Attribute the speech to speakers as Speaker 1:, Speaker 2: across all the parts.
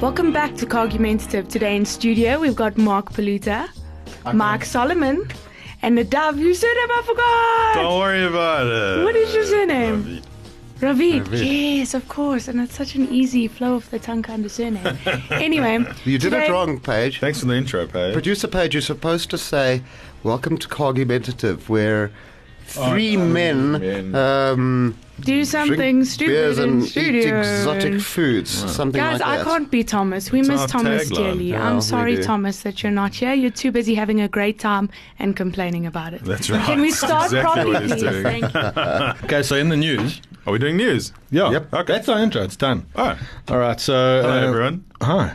Speaker 1: Welcome back to Cogumentative. Today in studio, we've got Mark Paluta, Mark Solomon, and Nadav, whose surname I forgot!
Speaker 2: Don't worry about it.
Speaker 1: What is your surname?
Speaker 2: Ravi.
Speaker 1: Ravid.
Speaker 2: Ravid.
Speaker 1: Yes, of course. And it's such an easy flow of the tongue kind of surname. anyway.
Speaker 3: You did
Speaker 1: today-
Speaker 3: it wrong, Paige.
Speaker 2: Thanks for the intro, Paige.
Speaker 3: Producer Paige, you're supposed to say, Welcome to Cogumentative, where three men,
Speaker 2: men.
Speaker 3: Um,
Speaker 1: Do
Speaker 3: drink
Speaker 1: something
Speaker 3: beers
Speaker 1: stupid in
Speaker 3: and
Speaker 1: studio.
Speaker 3: eat exotic foods, something
Speaker 1: Guys,
Speaker 3: like
Speaker 1: I
Speaker 3: that.
Speaker 1: can't be Thomas. We miss
Speaker 2: our
Speaker 1: Thomas
Speaker 2: tagline.
Speaker 1: dearly.
Speaker 3: Yeah,
Speaker 1: I'm
Speaker 3: we
Speaker 1: sorry,
Speaker 3: do.
Speaker 1: Thomas, that you're not here. You're too busy having a great time and complaining about it.
Speaker 2: That's right.
Speaker 1: Can we start
Speaker 2: exactly what
Speaker 1: properly,
Speaker 2: he's
Speaker 1: please?
Speaker 2: doing.
Speaker 1: Thank you.
Speaker 4: Okay, so in the news.
Speaker 2: Are we doing news?
Speaker 4: Yeah.
Speaker 3: Yep.
Speaker 2: Okay.
Speaker 4: That's our intro. It's done.
Speaker 2: Oh,
Speaker 4: All right. So.
Speaker 2: hello,
Speaker 4: uh,
Speaker 2: everyone.
Speaker 4: Hi.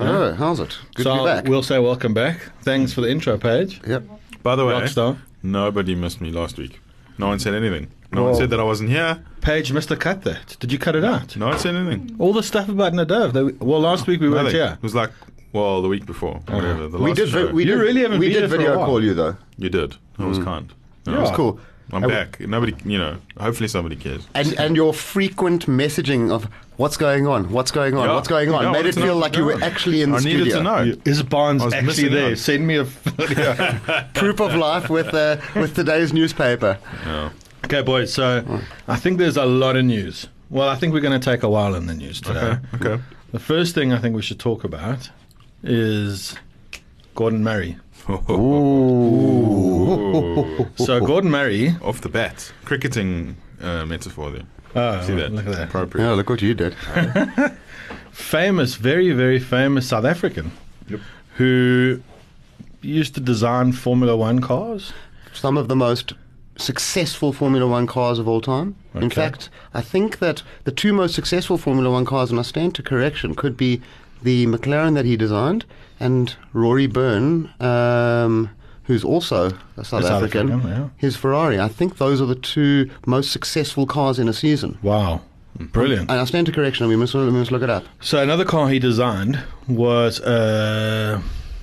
Speaker 3: Oh, how's it? Good
Speaker 4: so
Speaker 3: to be
Speaker 4: I'll-
Speaker 3: back.
Speaker 4: we'll say welcome back. Thanks for the intro, Paige.
Speaker 3: Yep.
Speaker 2: By the way,
Speaker 4: Rockstar.
Speaker 2: nobody missed me last week. No one said anything. No
Speaker 3: Well-
Speaker 2: one said that I wasn't here.
Speaker 4: Paige missed the cut there. Did you cut it out?
Speaker 2: No one said anything.
Speaker 4: All the stuff about Nadav. That we, well, last week we weren't
Speaker 2: Nothing.
Speaker 4: here.
Speaker 2: It was like, well, the week before, whatever. The
Speaker 3: Uh, We
Speaker 2: last
Speaker 3: did, vi-
Speaker 2: show.
Speaker 3: we Mm.
Speaker 4: You
Speaker 3: did,
Speaker 4: really haven't
Speaker 3: we
Speaker 4: been
Speaker 3: did
Speaker 4: here for a
Speaker 3: video
Speaker 4: while.
Speaker 3: call you, though.
Speaker 2: you did. That was kind. No, it was
Speaker 3: It's cool.
Speaker 2: I'm back. Nobody, you know, hopefully somebody cares.
Speaker 3: And, and your frequent messaging of what's going on, what's going on,
Speaker 2: Yeah.
Speaker 3: what's going on
Speaker 2: Yeah, I
Speaker 3: made
Speaker 2: wanted
Speaker 3: it
Speaker 2: to know
Speaker 3: feel
Speaker 2: what's
Speaker 3: like you were
Speaker 2: going on.
Speaker 3: actually in the
Speaker 2: I
Speaker 3: studio.
Speaker 2: needed to know.
Speaker 4: Is Barnes
Speaker 2: I was
Speaker 4: actually
Speaker 2: missing
Speaker 4: there?
Speaker 2: out.
Speaker 4: Send me a. video.
Speaker 3: Proof of life with uh, with today's newspaper.
Speaker 4: Okay, boys. So I think there's a lot of news. Well, I think we're going to take a while in the news today.
Speaker 2: Okay.
Speaker 4: The first thing I think we should talk about is Gordon Murray. So Gordon Murray.
Speaker 2: Off the bat, cricketing uh, metaphor there.
Speaker 4: Oh,
Speaker 2: See that?
Speaker 4: Look at that.
Speaker 2: Appropriate.
Speaker 3: Yeah, look what you did.
Speaker 4: famous, very, very famous South African who used to design Formula One cars.
Speaker 3: some of the most successful Formula One cars of all time. In
Speaker 4: Okay.
Speaker 3: fact, I think that the two most successful Formula One cars, and I stand to correction, could be the McLaren that he designed and Rory Byrne, um, who's also a South,
Speaker 4: A South
Speaker 3: African,
Speaker 4: African, yeah.
Speaker 3: his Ferrari. I think those are the two most successful cars in a season.
Speaker 4: Wow. Brilliant.
Speaker 3: And I stand to correction, we must, we must look it up.
Speaker 4: So another car he designed was uh,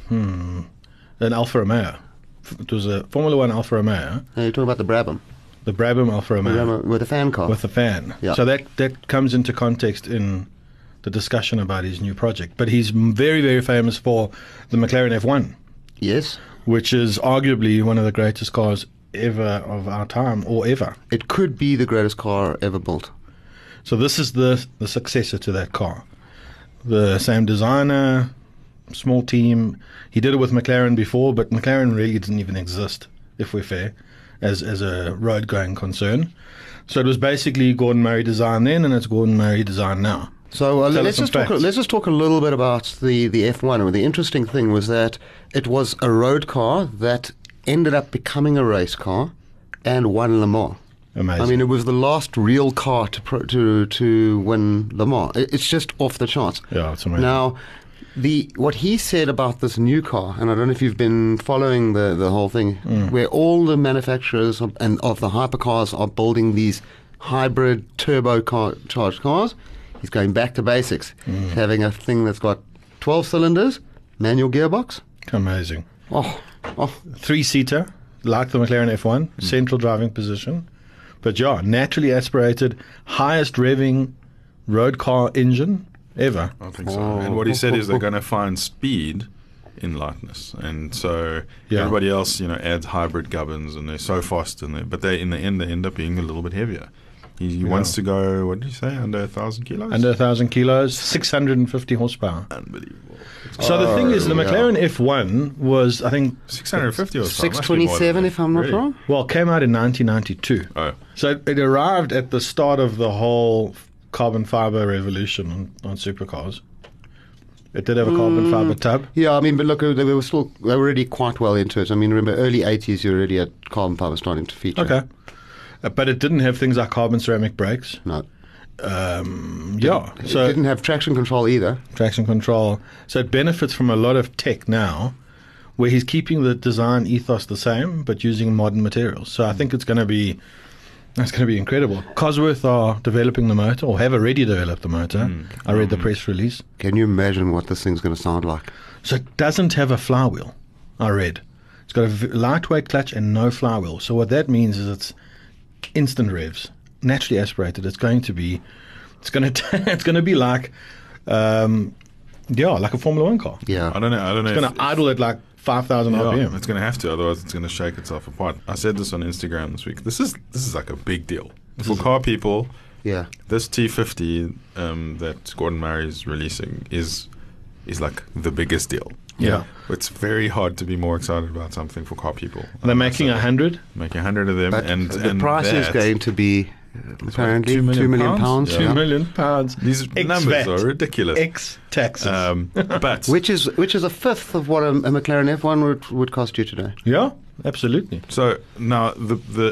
Speaker 4: hmm, an Alfa Romeo. F- It was a Formula One Alfa Romeo,
Speaker 3: Uh, you're talking about the Brabham,
Speaker 4: the Brabham Alfa Romeo
Speaker 3: Brabham with a fan car.
Speaker 4: with a fan.
Speaker 3: Yeah.
Speaker 4: So that, that comes into context in the discussion about his new project. But he's m- very, very famous for the McLaren F1.
Speaker 3: yes.
Speaker 4: which is arguably one of the greatest cars ever of our time or ever.
Speaker 3: It could be the greatest car ever built.
Speaker 4: So this is the the successor to that car. The same designer, small team. He did it with McLaren before, but McLaren really didn't even exist, if we're fair, as as a road going concern. So it was basically Gordon Murray design then, and it's Gordon Murray design now.
Speaker 3: So uh,
Speaker 4: Tell us
Speaker 3: let's
Speaker 4: some
Speaker 3: just talk.
Speaker 4: facts.
Speaker 3: Let's just talk a little bit about the the F one. The interesting thing was that it was a road car that ended up becoming a race car, and won Le Mans.
Speaker 4: Amazing.
Speaker 3: I mean, it was the last real car to pro- to to win Le Mans. It- It's just off the charts.
Speaker 4: Yeah, it's amazing.
Speaker 3: Now, the what he said about this new car, and I don't know if you've been following the the whole thing,
Speaker 4: Mm.
Speaker 3: where all the manufacturers of, and of the hypercars are building these hybrid turbo car, charged cars. He's going back to basics,
Speaker 4: Mm.
Speaker 3: having a thing that's got twelve cylinders, manual gearbox.
Speaker 4: amazing.
Speaker 3: Oh, oh,
Speaker 4: three seater, like the McLaren F1, central driving position. But yeah, naturally aspirated, highest revving road car engine ever.
Speaker 2: I think so. And what he said is they're going to find speed in lightness, and so
Speaker 4: Yeah.
Speaker 2: everybody else, you know, adds hybrid gubbins, and they're so fast, and they, but they in the end they end up being a little bit heavier. He, he wants to go. What did you say? Under a thousand kilos.
Speaker 4: Under 1,000 kilos, 650 horsepower.
Speaker 2: unbelievable.
Speaker 4: So the thing is, the
Speaker 3: yeah.
Speaker 4: McLaren F1 was, I think,
Speaker 2: Six hundred fifty or something.
Speaker 3: six
Speaker 2: Must be more than
Speaker 3: twenty-seven,
Speaker 2: that.
Speaker 3: if I'm not
Speaker 2: Really?
Speaker 3: wrong.
Speaker 4: well, came out in 1992.
Speaker 2: Oh,
Speaker 4: So it, it arrived at the start of the whole carbon fiber revolution on, on supercars. It did have a carbon fiber tub.
Speaker 3: Yeah, I mean, but look, uh, they were still they were already quite well into it. I mean, remember early '80s, you already had carbon fiber starting to feature.
Speaker 4: Okay. Uh, But it didn't have things like carbon ceramic brakes. Mm,
Speaker 3: no,
Speaker 4: Yeah. So
Speaker 3: it didn't have traction control either.
Speaker 4: traction control. So it benefits from a lot of tech now, where he's keeping the design ethos the same but using modern materials.
Speaker 3: Mm.
Speaker 4: So I think it's going to be that's going to be incredible. Cosworth are developing the motor or have already developed the motor.
Speaker 3: Mm.
Speaker 4: I read the press release.
Speaker 3: Can you imagine what this thing's going to sound like?
Speaker 4: So it doesn't have a flywheel. I read. It's got a v- lightweight clutch and no flywheel. So what that means is it's instant revs, naturally aspirated. It's going to be, it's going to it's going to be like, um, yeah, like a Formula One car.
Speaker 3: Yeah.
Speaker 2: I don't know. I don't know.
Speaker 4: It's going
Speaker 2: if-
Speaker 4: to idle at like five thousand
Speaker 2: Yeah,
Speaker 4: RPM.
Speaker 2: It's going to have to, otherwise it's going to shake itself apart. I said this on Instagram this week. This is this is like a big deal for car people.
Speaker 3: Yeah.
Speaker 2: This T50 um, that Gordon Murray is releasing is is like the biggest deal.
Speaker 4: Yeah.
Speaker 2: it's very hard to be more excited about something for car people.
Speaker 4: They're making a hundred.
Speaker 2: Make a hundred of them,
Speaker 3: But
Speaker 2: and
Speaker 3: the
Speaker 2: and
Speaker 3: price is
Speaker 2: that-
Speaker 3: going to be uh, apparently
Speaker 2: two million
Speaker 3: two million
Speaker 2: pounds?
Speaker 3: pounds,
Speaker 2: Yeah.
Speaker 4: Two
Speaker 3: yeah.
Speaker 4: million pounds.
Speaker 2: These
Speaker 4: Ex
Speaker 2: numbers
Speaker 4: VAT,
Speaker 2: are ridiculous.
Speaker 4: Ex taxes.
Speaker 2: um, but
Speaker 3: which is which is a fifth of what a, a McLaren F1 would, would cost you today.
Speaker 4: yeah, absolutely.
Speaker 2: So now the the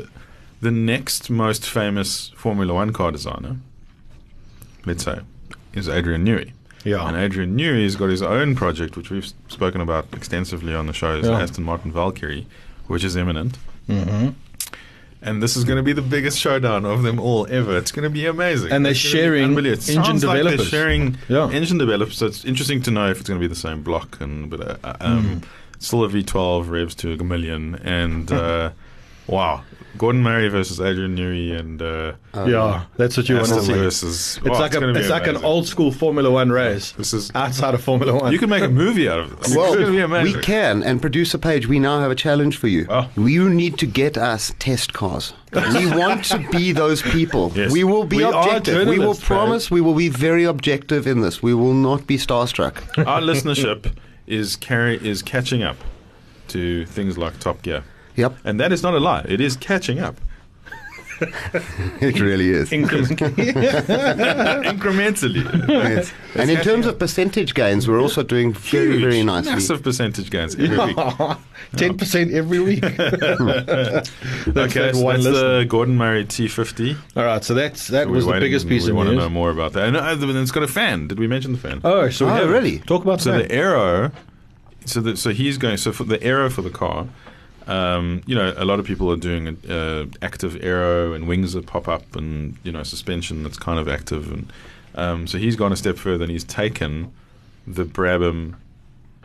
Speaker 2: the next most famous Formula One car designer, let's say, is Adrian Newey.
Speaker 4: Yeah.
Speaker 2: And Adrian Newey's got his own project, which we've s- spoken about extensively on the show, is
Speaker 4: Yeah.
Speaker 2: Aston Martin Valkyrie, which is imminent. Mm-hmm. And this is going to be the biggest showdown of them all ever. It's going to be amazing.
Speaker 4: And they're
Speaker 2: It's gonna be
Speaker 4: sharing
Speaker 2: unbelievable. It
Speaker 4: engine
Speaker 2: sounds like they're
Speaker 4: developers.
Speaker 2: sharing
Speaker 4: Yeah.
Speaker 2: engine developers. So it's interesting to know if it's going to be the same block. And but uh, uh,
Speaker 4: Mm-hmm.
Speaker 2: um, still a V12 revs to a million. And uh, wow, Gordon Murray versus Adrian Newey and uh,
Speaker 4: yeah, that's what you want to
Speaker 2: Aston
Speaker 4: see.
Speaker 2: versus.
Speaker 4: It's like a,
Speaker 2: Oh, gonna be
Speaker 4: it's like an
Speaker 2: amazing.
Speaker 4: old school Formula One race.
Speaker 2: This is
Speaker 4: outside of Formula One.
Speaker 2: You can make a movie out of this. It's going to be
Speaker 3: we
Speaker 2: amazing.
Speaker 3: can and produce a page. We now have a challenge for you.
Speaker 2: Oh.
Speaker 3: You need to get us test cars. we want to be those people.
Speaker 2: Yes.
Speaker 3: We will be
Speaker 2: We are
Speaker 3: objective. We will
Speaker 2: journalists, Brad.
Speaker 3: promise we will be very objective in this. We will not be starstruck.
Speaker 2: Our listenership is carry is catching up to things like Top Gear,
Speaker 3: yep,
Speaker 2: and that is not a lie. It is catching up
Speaker 3: it really is.
Speaker 2: incrementally.
Speaker 3: Yes. And in terms of percentage gains, we're also doing very,
Speaker 2: Huge,
Speaker 3: very nicely.
Speaker 2: Massive percentage gains every week.
Speaker 4: Ten percent every week. That's
Speaker 2: Okay,
Speaker 4: that
Speaker 2: so
Speaker 4: one
Speaker 2: that's
Speaker 4: listener.
Speaker 2: the Gordon Murray T50.
Speaker 4: All right, so that's that
Speaker 2: We're
Speaker 4: was the
Speaker 2: waiting-
Speaker 4: biggest piece
Speaker 2: we
Speaker 4: of
Speaker 2: want to know
Speaker 4: news.
Speaker 2: more about that. And uh, then it's got a fan. Did we mention the fan?
Speaker 4: Oh, so we
Speaker 3: Oh,
Speaker 4: haven't.
Speaker 3: really?
Speaker 4: talk about
Speaker 2: So
Speaker 4: that.
Speaker 2: the arrow, so the, so he's going. So for the arrow for the car, um, you know, a lot of people are doing uh, active arrow and wings that pop up, and you know, suspension that's kind of active. And um, so he's gone a step further, and he's taken the Brabham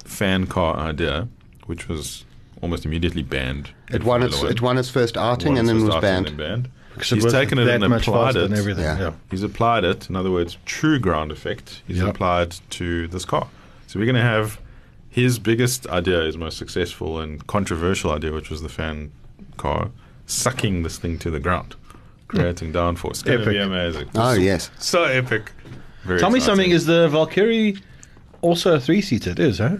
Speaker 2: fan car idea, which was almost immediately banned. in
Speaker 3: It won its
Speaker 2: Formula One.
Speaker 3: it won its first outing
Speaker 2: Won
Speaker 3: and then
Speaker 2: its
Speaker 3: was
Speaker 2: start and
Speaker 3: banned.
Speaker 2: then banned.
Speaker 4: 'Cause
Speaker 2: He's
Speaker 4: wasn't
Speaker 2: taken it
Speaker 4: that
Speaker 2: and
Speaker 4: much
Speaker 2: applied
Speaker 4: faster
Speaker 2: it.
Speaker 4: and everything.
Speaker 3: Yeah.
Speaker 4: Yeah.
Speaker 2: He's applied it, in other words, true ground effect. He's
Speaker 4: Yep.
Speaker 2: applied to this car. So we're going to have his biggest idea, his most successful and controversial idea, which was the fan car, sucking this thing to the ground, creating downforce. Epic.
Speaker 4: Hmm. Epic.
Speaker 2: amazing.
Speaker 3: Oh
Speaker 2: So-
Speaker 3: yes.
Speaker 2: So epic. Very
Speaker 4: Tell me
Speaker 2: exciting.
Speaker 4: something. Is the Valkyrie also a three-seater? It is, huh?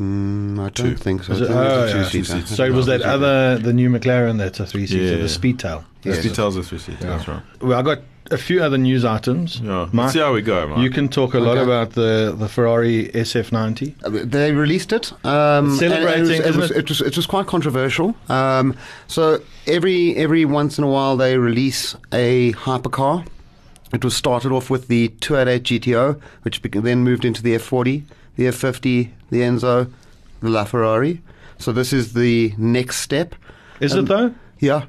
Speaker 3: Mm, I don't think so.
Speaker 4: Is it-
Speaker 3: I think it's
Speaker 4: oh,
Speaker 3: a
Speaker 4: yeah.
Speaker 3: two-seater.
Speaker 4: So it was that other the new McLaren that's a three-seater,
Speaker 2: Yeah.
Speaker 4: the Speedtail.
Speaker 2: Yes.
Speaker 3: Yes.
Speaker 2: details of 3C, that's right.
Speaker 4: Well, I got a few other news items.
Speaker 2: Yeah. Let's
Speaker 4: Mark,
Speaker 2: see how we go, Mark.
Speaker 4: you can talk a lot
Speaker 3: Okay.
Speaker 4: about the the Ferrari SF90.
Speaker 3: Uh, They released it. Um,
Speaker 4: It's
Speaker 3: and- and
Speaker 4: celebrating,
Speaker 3: it, was,
Speaker 4: isn't
Speaker 3: was,
Speaker 4: it?
Speaker 3: it, was, it was quite controversial. Um, so every every once in a while they release a hypercar. It was started off with the 288 GTO, which beca- then moved into the F40, the F50, the Enzo, the LaFerrari. So this is the next step.
Speaker 4: Is
Speaker 3: Um,
Speaker 4: it though?
Speaker 3: Yeah,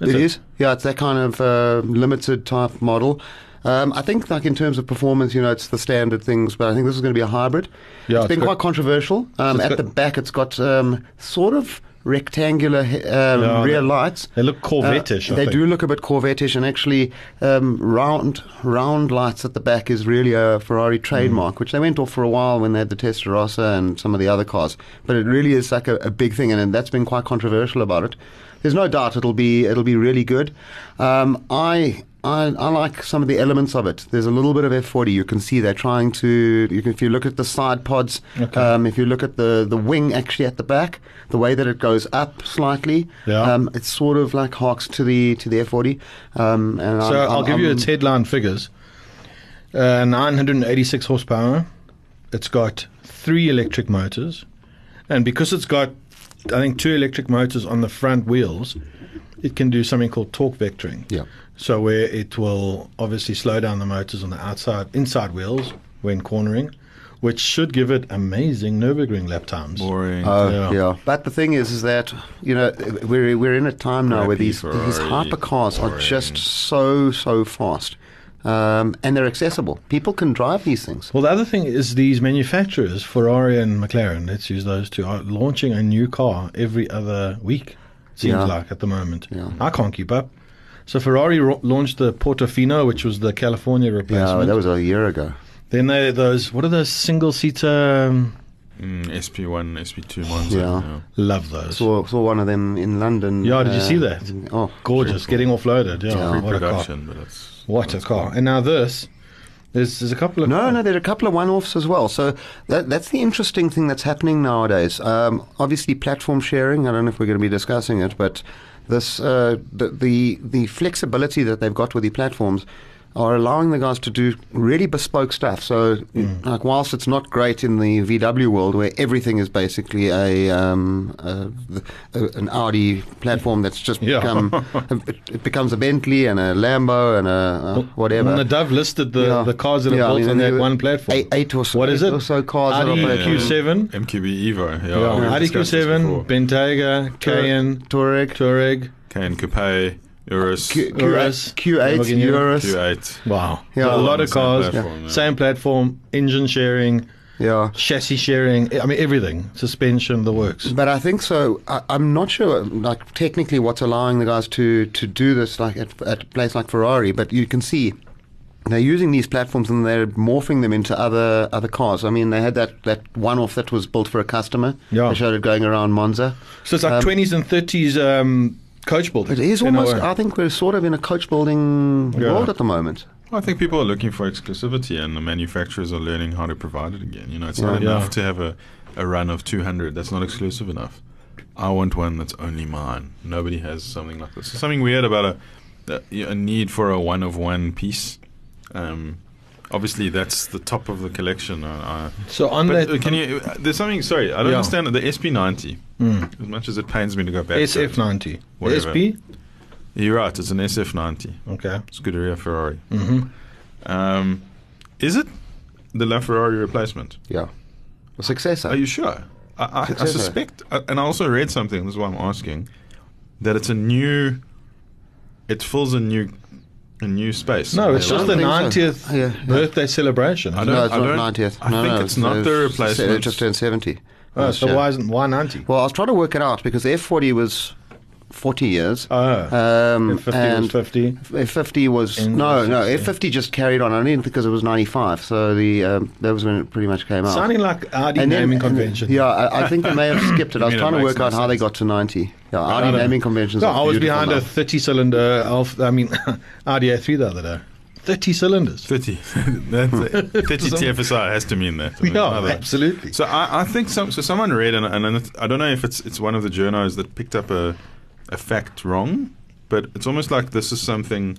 Speaker 4: Is
Speaker 3: it
Speaker 4: it?
Speaker 3: is. Yeah, it's that kind of uh, limited type model. Um, I think, like in terms of performance, you know, it's the standard things, but I think this is going to be a hybrid.
Speaker 4: Yeah,
Speaker 3: it's
Speaker 4: it's
Speaker 3: been
Speaker 4: got-
Speaker 3: quite controversial. Um,
Speaker 4: it's
Speaker 3: at
Speaker 4: got-
Speaker 3: the back, it's got um, sort of rectangular he- um,
Speaker 4: Yeah,
Speaker 3: rear
Speaker 4: they-
Speaker 3: lights.
Speaker 4: They look Corvette-ish.
Speaker 3: Uh,
Speaker 4: I
Speaker 3: they
Speaker 4: think.
Speaker 3: do look a bit Corvette-ish, and actually, um, round round lights at the back is really a Ferrari trademark, which they went off for a while when they had the Testarossa and some of the other cars. But it really is like a, a big thing, and, and that's been quite controversial about it. There's no doubt it'll be it'll be really good. Um, I. I, I like some of the elements of it. There's a little bit of F40. You can see they're trying to. You can, if you look at the side pods,
Speaker 4: Okay.
Speaker 3: um, if you look at the, the wing actually at the back, the way that it goes up slightly,
Speaker 4: Yeah.
Speaker 3: um, it's sort of like harks to the to the F40. Um, and
Speaker 4: So
Speaker 3: I'm-
Speaker 4: i will
Speaker 3: I'm-
Speaker 4: give you
Speaker 3: I'm-
Speaker 4: its headline figures. Uh, 986 horsepower. It's got three electric motors, and because it's got, I think, two electric motors on the front wheels, it can do something called torque vectoring.
Speaker 3: Yeah.
Speaker 4: So where it will obviously slow down the motors on the outside, inside wheels when cornering, which should give it amazing Nurburgring lap times.
Speaker 2: Boring.
Speaker 3: Oh,
Speaker 4: Yeah.
Speaker 3: yeah. But the thing is, is that you know we're we're in a time now where
Speaker 2: Crappy
Speaker 3: these these
Speaker 2: Ferrari,
Speaker 3: hypercars are
Speaker 2: boring.
Speaker 3: just so so fast. um, and they're accessible. People can drive these things.
Speaker 4: Well, the other thing is these manufacturers, Ferrari and McLaren, let's use those two, are launching a new car every other week, seems
Speaker 3: Yeah.
Speaker 4: like at the moment.
Speaker 3: Yeah.
Speaker 4: I can't keep up. So Ferrari ro- launched the Portofino, which was the California
Speaker 3: Yeah,
Speaker 4: replacement.
Speaker 3: that was a year ago.
Speaker 4: then they, those, what are those single-seater, um,
Speaker 2: Mm, SP1, SP2 ones.
Speaker 3: Yeah.
Speaker 2: Yeah.
Speaker 4: love those.
Speaker 3: Saw saw one of them in London.
Speaker 4: Yeah, did you see that?
Speaker 3: Oh,
Speaker 4: Gorgeous, getting offloaded. Yeah,
Speaker 3: Yeah.
Speaker 4: what a car.
Speaker 2: Pre-production, but it's
Speaker 4: What a car. And now this, there's, there's a couple of...
Speaker 3: No, no, there are a couple of one-offs as well. So that, that's the interesting thing that's happening nowadays. Um, obviously, platform sharing. I don't know if we're going to be discussing it, but this uh, the, the the flexibility that they've got with the platforms are allowing the guys to do really bespoke stuff. So,
Speaker 4: Hmm.
Speaker 3: like, whilst it's not great in the VW world where everything is basically a, um, a, a an Audi platform that's just
Speaker 4: Yeah.
Speaker 3: become it, it becomes a Bentley and a Lambo and a, a whatever.
Speaker 4: And the Dove listed the,
Speaker 3: Yeah.
Speaker 4: the cars that
Speaker 3: Yeah,
Speaker 4: are
Speaker 3: I
Speaker 4: built
Speaker 3: mean,
Speaker 4: on
Speaker 3: there
Speaker 4: that
Speaker 3: were
Speaker 4: one platform.
Speaker 3: eight- eight or so-
Speaker 4: What is it?
Speaker 3: eight or so cars that
Speaker 4: Audi
Speaker 3: are built on-
Speaker 4: Q7.
Speaker 2: MQB Evo.
Speaker 3: Oh,
Speaker 2: Yeah,
Speaker 4: Yeah.
Speaker 2: we've
Speaker 4: Audi
Speaker 2: discussed this
Speaker 4: Q7,
Speaker 2: before.
Speaker 4: Bentayga,
Speaker 3: Uh,
Speaker 4: Cayenne,
Speaker 3: Touareg.
Speaker 4: Touareg,
Speaker 2: Cayenne Coupe, Urus,
Speaker 3: Q,
Speaker 4: Urus,
Speaker 3: Q8, Q8
Speaker 4: Lamborghini.
Speaker 3: Urus.
Speaker 2: Q8.
Speaker 4: Wow.
Speaker 3: Yeah.
Speaker 4: a lot of
Speaker 2: Same
Speaker 4: cars,
Speaker 2: platform, yeah.
Speaker 4: same platform, engine sharing,
Speaker 3: Yeah.
Speaker 4: chassis sharing, I mean, everything, suspension, the works.
Speaker 3: But I think so. I, I'm not sure, like technically, what's allowing the guys to to do this, like at, at a place like Ferrari. But you can see they're using these platforms and they're morphing them into other other cars. I mean, they had that that one off that was built for a customer.
Speaker 4: Yeah.
Speaker 3: they showed it going around Monza.
Speaker 4: So it's like
Speaker 3: Um,
Speaker 4: 20s and 30s um, coach building.
Speaker 3: It is
Speaker 4: in a
Speaker 3: almost.
Speaker 4: way.
Speaker 3: I think we're sort of in a coach building
Speaker 4: Yeah.
Speaker 3: world at the moment.
Speaker 2: Well, I think people are looking for exclusivity, and the manufacturers are learning how to provide it again. You know, it's not
Speaker 3: Yeah.
Speaker 2: enough
Speaker 4: Yeah.
Speaker 2: to have a, a run of 200. That's not exclusive enough. I want one that's only mine. Nobody has something like this. There's something weird about a, a, a need for a one of one piece. Um, obviously, that's the top of the collection. I, I,
Speaker 4: So on
Speaker 2: but
Speaker 4: that.
Speaker 2: uh, can you? uh, There's something. Sorry, I don't
Speaker 4: Yeah.
Speaker 2: understand the SP90.
Speaker 4: Mm.
Speaker 2: As much as it pains me to go back, to it.
Speaker 4: SF90.
Speaker 2: Whatever.
Speaker 4: SP?
Speaker 2: You're right. It's an SF90.
Speaker 4: Okay.
Speaker 2: Scuderia Ferrari.
Speaker 4: hmm
Speaker 2: Um, is it the LaFerrari replacement?
Speaker 3: Yeah, a successor.
Speaker 4: Uh,
Speaker 2: Are you sure? I, I, I
Speaker 3: Successor.
Speaker 2: suspect, I- and I also read something. This is why I'm asking that it's a new. It fills a new, a new space.
Speaker 4: No, it's
Speaker 3: I
Speaker 4: just
Speaker 3: don't
Speaker 4: the
Speaker 3: think so.
Speaker 4: 90th
Speaker 3: Yeah, yeah.
Speaker 4: birthday celebration.
Speaker 2: I
Speaker 4: isn't
Speaker 2: don't-
Speaker 4: it?
Speaker 3: no, it's
Speaker 2: don't-
Speaker 3: not 90th.
Speaker 2: I
Speaker 3: no,
Speaker 2: think
Speaker 3: no,
Speaker 2: it's not the replacement.
Speaker 3: It just turned 70.
Speaker 4: Oh, so
Speaker 3: Yeah.
Speaker 4: why isn't why 90?
Speaker 3: Well, I was trying to work it out because the F40 was 40 years.
Speaker 4: Oh,
Speaker 3: Um,
Speaker 4: and 50 was
Speaker 3: and
Speaker 4: 50.
Speaker 3: F50 was
Speaker 4: And
Speaker 3: no, no.
Speaker 4: 60.
Speaker 3: F50 just carried on only because it was 95. So the um, that was when it pretty much came out.
Speaker 4: Sounding like Audi
Speaker 3: And then-
Speaker 4: naming
Speaker 3: and-
Speaker 4: convention.
Speaker 3: Yeah, I, I think they may have skipped it. I
Speaker 2: You
Speaker 3: was
Speaker 2: mean it
Speaker 3: trying to
Speaker 2: makes
Speaker 3: work
Speaker 2: no
Speaker 3: out how they
Speaker 2: sense.
Speaker 3: got to 90. Yeah,
Speaker 4: I
Speaker 3: Audi
Speaker 4: don't know.
Speaker 3: naming conventions.
Speaker 4: No,
Speaker 3: are
Speaker 4: I was
Speaker 3: beautiful
Speaker 4: behind
Speaker 3: now.
Speaker 4: a 30 cylinder Alpha, I mean, Audi A3 the other day. 30 cylinders.
Speaker 2: thirty. That's it. Thirty TFSI has to mean that. I mean,
Speaker 4: Yeah,
Speaker 2: another-
Speaker 4: absolutely.
Speaker 2: So I, I think some, so. Someone read, and, and it's- I don't know if it's it's one of the journos that picked up a, a fact wrong, but it's almost like this is something,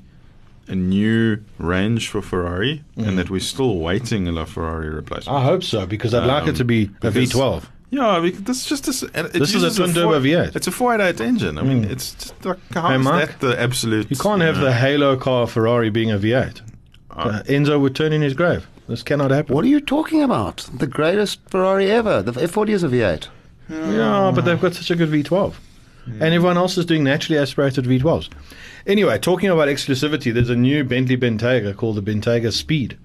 Speaker 2: a new range for Ferrari,
Speaker 4: Mm-hmm.
Speaker 2: and that we're still waiting a LaFerrari replacement.
Speaker 4: I hope so because I'd like it to be a
Speaker 2: because-
Speaker 4: V12.
Speaker 2: Yeah, because this is just this. and It
Speaker 4: This is a
Speaker 2: uses
Speaker 4: twin turbo
Speaker 2: four-
Speaker 4: V8.
Speaker 2: It's a four-eight-eight engine. I mean,
Speaker 4: Mm.
Speaker 2: it's just like how
Speaker 4: Hey,
Speaker 2: is
Speaker 4: Mark,
Speaker 2: that the absolute?
Speaker 4: You can't have
Speaker 2: know,
Speaker 4: the halo car Ferrari being a V8. Uh, Enzo would turn in his grave. This cannot happen.
Speaker 3: What are you talking about? The greatest Ferrari ever. The F40 is a V8.
Speaker 4: Yeah, but they've got such a good V12. And everyone else is doing naturally aspirated V12s. Anyway, talking about exclusivity, there's a new Bentley Bentayga called the Bentayga Speed.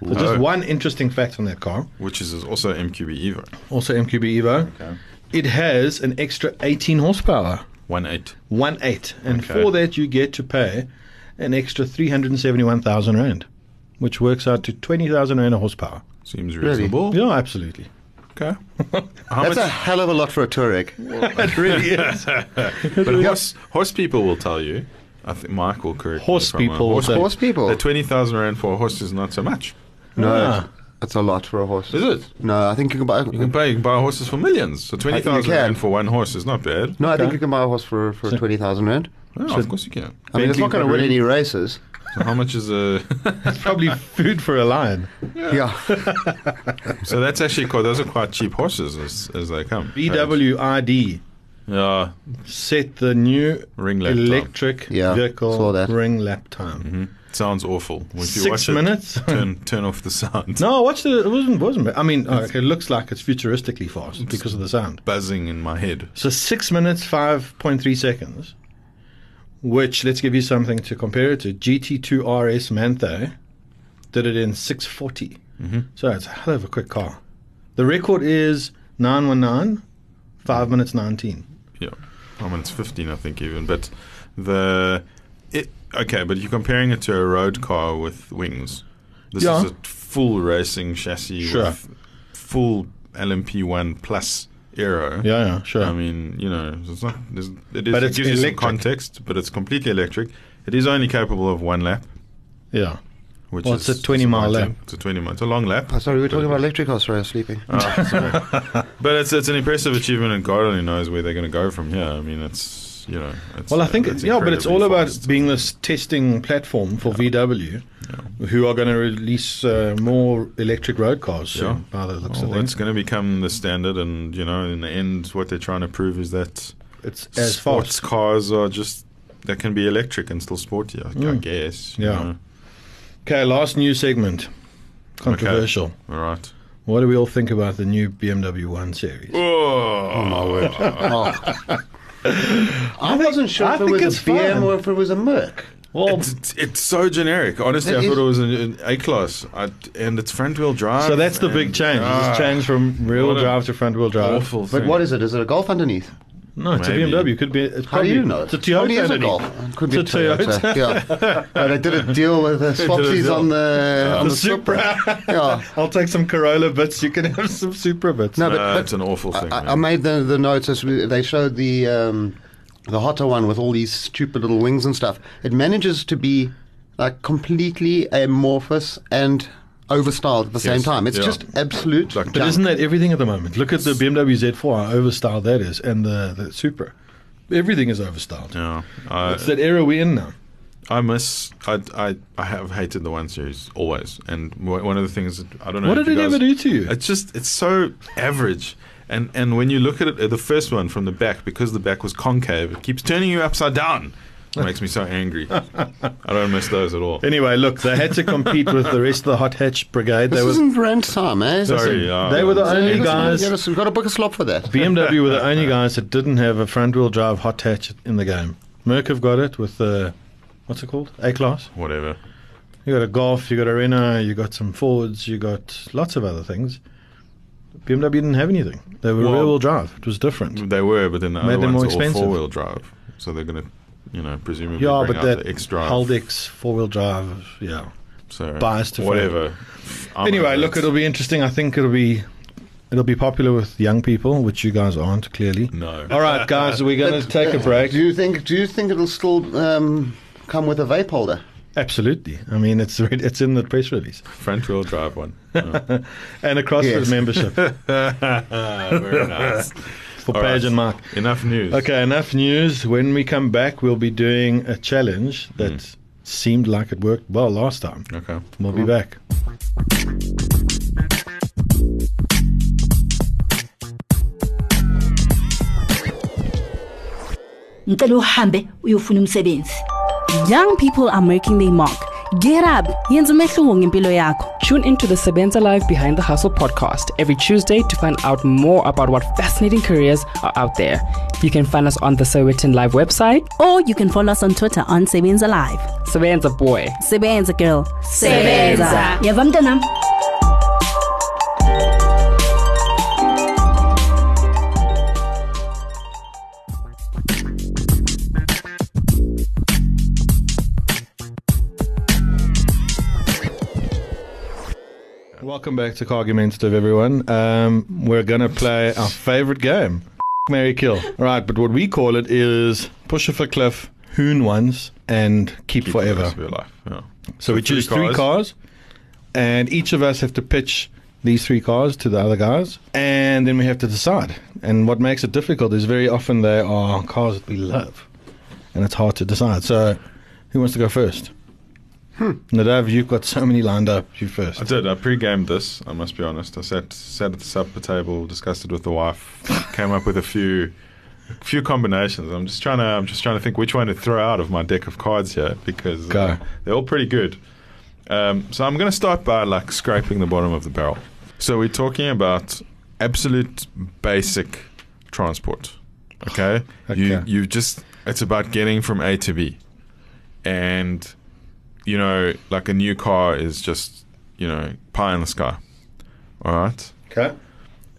Speaker 4: So just
Speaker 2: Oh.
Speaker 4: one interesting fact on that car.
Speaker 2: which is also MQB Evo,
Speaker 4: Also MQB Evo.
Speaker 2: Okay.
Speaker 4: It has an extra 18 horsepower,
Speaker 2: one eight.
Speaker 4: one eight, and
Speaker 2: Okay.
Speaker 4: for that you get to pay an extra 371,000 rand, which works out to 20,000 rand a horsepower.
Speaker 2: Seems
Speaker 3: Really?
Speaker 2: reasonable.
Speaker 4: Yeah, absolutely.
Speaker 2: Okay. How much?
Speaker 3: That's a hell of a lot for a Touareg.
Speaker 4: it really is.
Speaker 2: but horse, horse people will tell you. I think Mike will correct. me
Speaker 4: Horse
Speaker 2: if I'm wrong.
Speaker 4: people will
Speaker 2: Horse
Speaker 4: say-
Speaker 3: Horse people.
Speaker 2: The twenty thousand rand for a horse is not so much,
Speaker 3: No,
Speaker 4: Ah.
Speaker 3: it's- it's a lot for a horse.
Speaker 2: is it?
Speaker 3: No, I think you can buy.
Speaker 2: You can buy, you can buy horses for millions. So twenty thousand
Speaker 3: Uh, can.
Speaker 2: rand for one horse is not bad.
Speaker 3: no, I think
Speaker 4: Okay.
Speaker 3: you can buy a horse for for twenty thousand rand.
Speaker 2: No, of course you can.
Speaker 3: I mean, it's
Speaker 4: Bentley
Speaker 3: not going to win
Speaker 4: Maroon.
Speaker 3: any races.
Speaker 2: So how much is a?
Speaker 4: It's probably food for a lion.
Speaker 3: Yeah,
Speaker 2: so that's actually quite. Those are quite cheap horses as, as they come.
Speaker 4: VW ID
Speaker 2: Yeah,
Speaker 4: set the new
Speaker 2: Ring lap time.
Speaker 4: electric
Speaker 3: Yeah, saw
Speaker 4: vehicle
Speaker 3: that.
Speaker 4: ring lap time.
Speaker 2: sounds awful. If you
Speaker 4: Six
Speaker 2: watch it,
Speaker 4: minutes.
Speaker 2: turn turn off the sound.
Speaker 4: No, watch the. It wasn't. Wasn't. I mean, oh, okay, it looks like it's futuristically fast because of the sound.
Speaker 2: Buzzing in my head.
Speaker 4: So six minutes, five point three seconds, Which let's give you something to compare it to. GT2 RS Mantho did it in 640.
Speaker 2: Mm-hmm.
Speaker 4: So it's a hell of a quick car. The record is 919, 5 minutes 19.
Speaker 2: Yeah, I mean it's fifteen, I think even. But the it okay, but you're comparing it to a road car with wings. This
Speaker 4: Yeah.
Speaker 2: is a full racing chassis
Speaker 4: Sure.
Speaker 2: with full LMP1 plus aero.
Speaker 4: Yeah, yeah, sure.
Speaker 2: I mean, you know, it's not. It's, it is.
Speaker 4: But
Speaker 2: it
Speaker 4: it's
Speaker 2: gives you some
Speaker 4: electric.
Speaker 2: context, but it's completely electric. It is only capable of one lap,
Speaker 4: yeah.
Speaker 2: which
Speaker 4: Well,
Speaker 2: is
Speaker 4: it's a 20 mile
Speaker 2: surprising.
Speaker 4: lap.
Speaker 2: It's a twenty mile. It's a long lap.
Speaker 3: Oh, sorry, we were talking
Speaker 2: But-
Speaker 3: about electric cars. Sorry, I was sleeping.
Speaker 2: But it's it's an impressive achievement, and God only knows where they're going to go from here. I mean, it's you know. It's,
Speaker 4: Well, I think,
Speaker 2: uh,
Speaker 4: it's, yeah, but it's all
Speaker 2: incredibly
Speaker 4: about
Speaker 2: fast.
Speaker 4: being this testing platform for VW, who are going to release uh, more electric road cars soon,
Speaker 2: Yeah. Oh,
Speaker 4: by the looks of
Speaker 2: Well, it's
Speaker 4: things.
Speaker 2: going to become the standard, and you know, in the end, what they're trying to prove is that
Speaker 4: It's as
Speaker 2: sports
Speaker 4: fast.
Speaker 2: cars are just that can be electric and still sporty. I, I guess. you
Speaker 4: Mm. Yeah.
Speaker 2: know.
Speaker 4: Okay, last news segment. Controversial.
Speaker 2: All right.
Speaker 4: What do we all think about the new BMW 1 Series?
Speaker 2: Oh,
Speaker 3: Oh. I wasn't sure
Speaker 4: I
Speaker 3: if it
Speaker 4: think
Speaker 3: was a
Speaker 4: it's
Speaker 3: BM
Speaker 4: fun.
Speaker 3: or if it was a Merc.
Speaker 4: Well,
Speaker 2: It's, it's so generic. Honestly,
Speaker 3: It
Speaker 2: I
Speaker 3: is-
Speaker 2: thought it was an, an A class, I- and it's front wheel drive.
Speaker 4: so that's the
Speaker 2: and-
Speaker 4: big change.
Speaker 2: Ah,
Speaker 4: This change from rear-wheel
Speaker 2: what a
Speaker 4: drive to front-wheel drive.
Speaker 2: Awful.
Speaker 3: But
Speaker 2: thing.
Speaker 3: what is it? Is it a Golf underneath?
Speaker 4: No, it's
Speaker 2: Maybe.
Speaker 4: a BMW. Could be. It's
Speaker 3: How
Speaker 4: probably,
Speaker 3: do you know?
Speaker 4: It's a Toyota.
Speaker 3: Only is a
Speaker 4: underneath.
Speaker 3: Golf. It could be
Speaker 4: It's
Speaker 3: a
Speaker 4: a
Speaker 3: Toyota. yeah. But I did a deal with the swapsies
Speaker 2: deal.
Speaker 3: on the on
Speaker 4: The
Speaker 3: the Supra.
Speaker 4: Supra.
Speaker 3: Yeah.
Speaker 4: I'll take some Corolla bits. You can have some Supra bits.
Speaker 3: No,
Speaker 2: Uh,
Speaker 3: but, but
Speaker 2: it's an awful thing.
Speaker 3: I, I
Speaker 2: man.
Speaker 3: made the the notes. as we- They showed the um, the hotter one with all these stupid little wings and stuff. It manages to be like completely amorphous and overstyled at the same
Speaker 2: Yes,
Speaker 3: time. It's
Speaker 2: yeah.
Speaker 3: just absolute.
Speaker 2: Like- But
Speaker 4: But
Speaker 3: junk.
Speaker 4: isn't that everything at the moment? Look at the BMW Z4, how overstyled that is, and the, the Supra. Everything is overstyled.
Speaker 2: Yeah. I-
Speaker 4: It's that era we're in now.
Speaker 2: I miss. I, I I have hated the one series always, and w- one of the things that I don't know.
Speaker 4: What
Speaker 2: if
Speaker 4: did
Speaker 2: you
Speaker 4: it
Speaker 2: guys-
Speaker 4: ever do to you?
Speaker 2: It's just it's so average, and and when you look at it, uh, the first one from the back because the back was concave, it keeps turning you upside down. It makes me so angry. I don't miss those at all.
Speaker 4: Anyway, look, they had to compete with the rest of the hot hatch brigade. They
Speaker 3: This
Speaker 4: were
Speaker 3: isn't rant time, eh?
Speaker 2: Sorry, yeah,
Speaker 4: they were the
Speaker 2: it's-
Speaker 4: only
Speaker 3: Listen,
Speaker 4: guys-
Speaker 3: yeah, listen, we've got to book a slot for that.
Speaker 4: BMW were the only guys that didn't have a front-wheel drive hot hatch in the game. Merck have got it with the what's it called? A class.
Speaker 2: Whatever.
Speaker 4: You got a Golf, you got a Renault, you got some Fords, you got lots of other things. BMW didn't have anything. They were
Speaker 2: Well-
Speaker 4: rear-wheel drive. It was different.
Speaker 2: They were, but then the
Speaker 4: Made
Speaker 2: other
Speaker 4: them more
Speaker 2: ones are all
Speaker 4: expensive.
Speaker 2: four wheel drive, so they're gonna, you know, presumably
Speaker 4: Yeah,
Speaker 2: bring
Speaker 4: but
Speaker 2: out
Speaker 4: that
Speaker 2: the X drive.
Speaker 4: Haldex four-wheel drive, yeah.
Speaker 2: so
Speaker 4: bias to
Speaker 2: whatever. I'm
Speaker 4: anyway,
Speaker 2: over
Speaker 4: look,
Speaker 2: it.
Speaker 4: it'll be interesting. I think it'll be it'll be popular with young people, which you guys aren't clearly.
Speaker 2: No.
Speaker 4: All right, guys, we're going to take a break.
Speaker 3: Do you think? Do you think it'll still um, come with a vape holder?
Speaker 4: Absolutely. I mean, it's re- it's in the press release
Speaker 2: front wheel drive one. Oh, Yeah.
Speaker 4: and a CrossFit
Speaker 3: Yes.
Speaker 4: membership for
Speaker 2: Ah, very nice. All
Speaker 4: Page
Speaker 2: right.
Speaker 4: and Mark.
Speaker 2: Enough news.
Speaker 4: Okay, enough news. When we come back, we'll be doing a challenge that seemed like it worked well last time.
Speaker 2: Okay.
Speaker 4: We'll be back.
Speaker 5: mcela uhambe uyofuna umsebenzi
Speaker 6: Young people are making their mark. Get up, yenza umehluko ngempilo yakho.
Speaker 7: Tune into the Sabenza Live Behind the Hustle podcast every Tuesday to find out more about what fascinating careers are out there. You can find us on the Sowetan Live website,
Speaker 6: Or you can follow us on Twitter on Sebenza Live.
Speaker 7: Sabenza Boy.
Speaker 6: Sebenza girl.
Speaker 1: Sebenza.
Speaker 6: Yeva mntanam.
Speaker 4: Welcome back to Cargumentative, everyone. Um, we're going to play our favorite game, Mary Kill. Right, but what we call it is Pusher for Cliff, Hoon Once, and Keep,
Speaker 2: Keep the
Speaker 4: Forever.
Speaker 2: rest of your life. Yeah.
Speaker 4: So we
Speaker 2: three
Speaker 4: choose three
Speaker 2: cars.
Speaker 4: cars, and each of us have to pitch these three cars to the other guys, and then we have to decide. And what makes it difficult is very often they are cars that we love, and it's hard to decide. So, who wants to go first? Nadav, you've got so many lined up. You first.
Speaker 2: I did. I pre-gamed this. I must be honest. I sat sat at the supper table, discussed it with the wife, came up with a few few combinations. I'm just trying to I'm just trying to think which one to throw out of my deck of cards here because uh,
Speaker 4: Go.
Speaker 2: they're all pretty good. Um, so I'm going to start by like scraping the bottom of the barrel. So we're talking about absolute basic transport. Okay,
Speaker 4: Okay.
Speaker 2: you you just It's about getting from A to B. And, you know, like a new car is just, you know, pie in the sky. All right.
Speaker 4: Okay.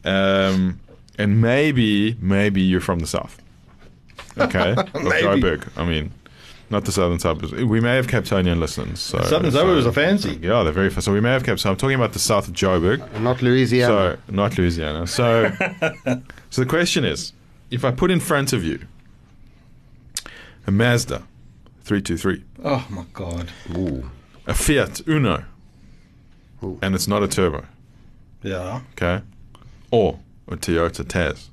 Speaker 2: Oh, Um, and maybe, maybe you're from the south. Okay. Of
Speaker 4: Maybe.
Speaker 2: Joburg. I mean, not the southern suburbs. We may have Capetonian listeners. So, uh,
Speaker 4: Southern
Speaker 2: so-
Speaker 4: suburbs are fancy.
Speaker 2: Yeah, they're very fast. So we may have Cap. So I'm talking about the south of Joburg.
Speaker 3: Not Louisiana.
Speaker 2: So not Louisiana. So, so the question is, if I put in front of you a Mazda, three two three,
Speaker 4: Oh my god.
Speaker 3: Ooh.
Speaker 2: a Fiat Uno,
Speaker 3: Ooh.
Speaker 2: and it's not a turbo,
Speaker 4: Yeah.
Speaker 2: okay, or a Toyota Taz,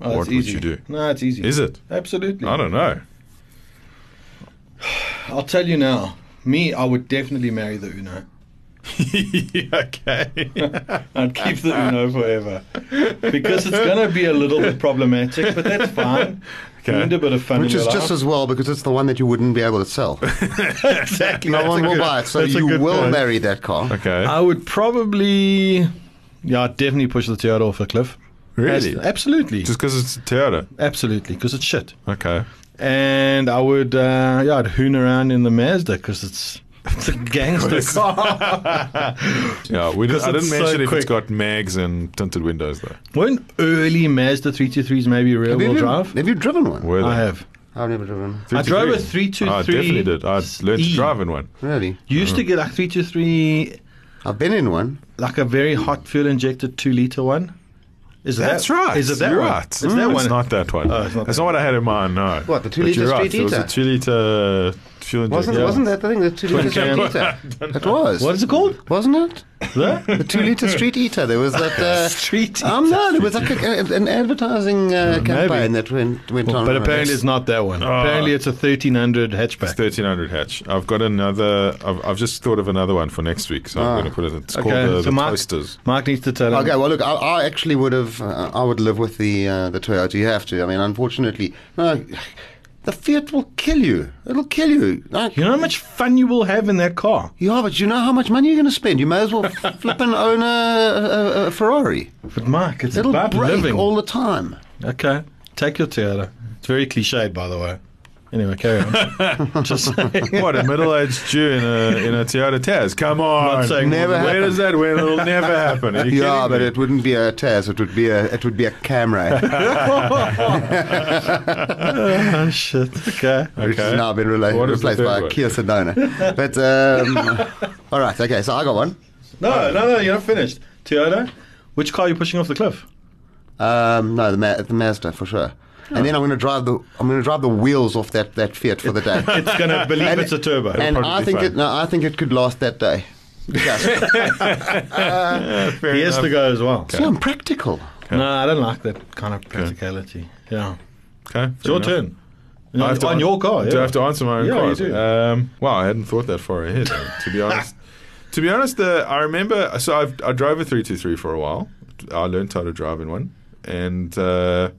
Speaker 4: Oh,
Speaker 2: What
Speaker 4: it's
Speaker 2: would
Speaker 4: easy.
Speaker 2: you do?
Speaker 4: No, it's easy.
Speaker 2: is it?
Speaker 4: Absolutely.
Speaker 2: I don't know.
Speaker 4: I'll tell you now. Me, I would definitely marry the Uno.
Speaker 2: okay.
Speaker 4: I'd keep the Uno forever because it's going to be a little bit problematic, but that's fine. You need a bit of fun.
Speaker 3: Which
Speaker 4: in
Speaker 3: is
Speaker 4: your
Speaker 3: just
Speaker 4: life.
Speaker 3: as well because it's the one that you wouldn't be able to sell.
Speaker 4: exactly.
Speaker 3: No one will buy it, so you will
Speaker 4: marry.
Speaker 3: marry that car.
Speaker 2: Okay.
Speaker 4: I would probably, yeah, I'd definitely push the Toyota off a cliff. As-
Speaker 2: Really?
Speaker 4: Absolutely.
Speaker 2: Just because it's a Toyota.
Speaker 4: absolutely, because it's shit.
Speaker 2: Okay.
Speaker 4: And I would, uh, yeah, I'd hoon around in the Mazda because it's it's a gangster car.
Speaker 2: Yeah, we did,
Speaker 4: 'Cause
Speaker 2: I didn't
Speaker 4: it's so
Speaker 2: mention if
Speaker 4: quick.
Speaker 2: it's got mags and tinted windows though.
Speaker 4: Weren't early Mazda 323s maybe rear
Speaker 3: Have you,
Speaker 4: wheel
Speaker 3: driven-
Speaker 4: drive?
Speaker 3: have you driven one?
Speaker 2: Were
Speaker 4: I
Speaker 2: they?
Speaker 4: have.
Speaker 3: I've never driven.
Speaker 4: I drove a
Speaker 2: 323. I
Speaker 4: 323
Speaker 2: definitely did. I learned
Speaker 4: E.
Speaker 2: to drive in one.
Speaker 3: Really?
Speaker 4: Used to get a 323,
Speaker 3: I've been in one.
Speaker 4: like a very hot fuel injected two liter one. Is it
Speaker 2: That's
Speaker 4: that,
Speaker 2: right.
Speaker 4: Is it that
Speaker 2: you're
Speaker 4: one?
Speaker 2: right. Mm,
Speaker 4: Is that one?
Speaker 2: It's not that one.
Speaker 4: Oh, it's not
Speaker 2: That's
Speaker 4: that
Speaker 2: not what I had in mind. No.
Speaker 3: What, the two
Speaker 2: But
Speaker 3: litre
Speaker 2: you're right.
Speaker 3: street
Speaker 2: It was a
Speaker 3: eater?
Speaker 2: two liter fuel injector.
Speaker 3: Wasn't,
Speaker 2: Yeah.
Speaker 3: wasn't that the thing? The two litre street
Speaker 4: cam.
Speaker 3: eater? It was.
Speaker 4: What is it called?
Speaker 3: Wasn't it?
Speaker 4: The
Speaker 3: The two litre street eater. There was that. Uh,
Speaker 4: street.
Speaker 3: Um, no, there was like a, an advertising uh, campaign that went, went on.
Speaker 4: but apparently it's not that one. apparently it's a 1300 hatchback.
Speaker 2: Ah. It's 1300 hatch. I've got another. I've, I've just thought of another one for next week, so I'm going to put it. It's called the, the
Speaker 4: Ah. Mark,
Speaker 2: Toasters.
Speaker 4: Mark needs to tell him.
Speaker 3: Okay, well, look, I, I actually would have, uh, I would live with the uh, the Toyota. You have to. I mean, unfortunately, no, the Fiat will kill you. It'll kill you. Like,
Speaker 4: You know how much fun you will have in that car?
Speaker 3: yeah, but you know how much money you're going to spend. You may as well flip and own a, a, a Ferrari.
Speaker 4: But Mark, it's
Speaker 3: It'll
Speaker 4: about
Speaker 3: break
Speaker 4: living.
Speaker 3: all the time.
Speaker 4: okay, take your Toyota. It's very cliched, by the way. Anyway, carry on. Just saying.
Speaker 2: What a middle-aged Jew in a in a Toyota Taz. Come on,
Speaker 4: saying
Speaker 3: Never
Speaker 2: where
Speaker 3: happened.
Speaker 2: does that win? It'll never happen. Are you
Speaker 3: Yeah,
Speaker 2: kidding
Speaker 3: but
Speaker 2: me?
Speaker 3: it wouldn't be a Taz. It would be a it would be a Camry,
Speaker 4: oh, shit. Okay.
Speaker 3: which has
Speaker 2: Okay.
Speaker 3: now been rela-
Speaker 2: What is the
Speaker 3: replaced
Speaker 2: third
Speaker 3: by a
Speaker 2: one?
Speaker 3: Kia Sedona. But um, all right, okay. So I got one.
Speaker 4: No, no, no, you're not finished. Toyota, which car are you pushing off the cliff?
Speaker 3: Um, no, the, Ma- the Mazda for sure. And then I'm going to drive the I'm going to drive the wheels off that, that Fiat for the day.
Speaker 4: It's going to believe it's a turbo.
Speaker 3: and
Speaker 2: probably
Speaker 3: I
Speaker 2: be
Speaker 3: think
Speaker 2: fine.
Speaker 3: it no, I think it could last that day. Just
Speaker 2: Fair
Speaker 4: He has
Speaker 2: enough.
Speaker 4: to go as well.
Speaker 3: so impractical.
Speaker 4: No, I don't like that kind of practicality. Yeah.
Speaker 2: Okay,
Speaker 4: It's your
Speaker 2: fair enough.
Speaker 4: turn. No,
Speaker 2: I have to
Speaker 4: on
Speaker 2: an-
Speaker 4: your car.
Speaker 2: Do
Speaker 4: yeah.
Speaker 2: I have to answer my own
Speaker 4: Yeah,
Speaker 2: car?
Speaker 4: you do.
Speaker 2: Um, wow, I hadn't thought that far ahead. To be honest, to be honest, uh, I remember. So I've, I drove a three two three for a while. I learned how to drive in one, and uh,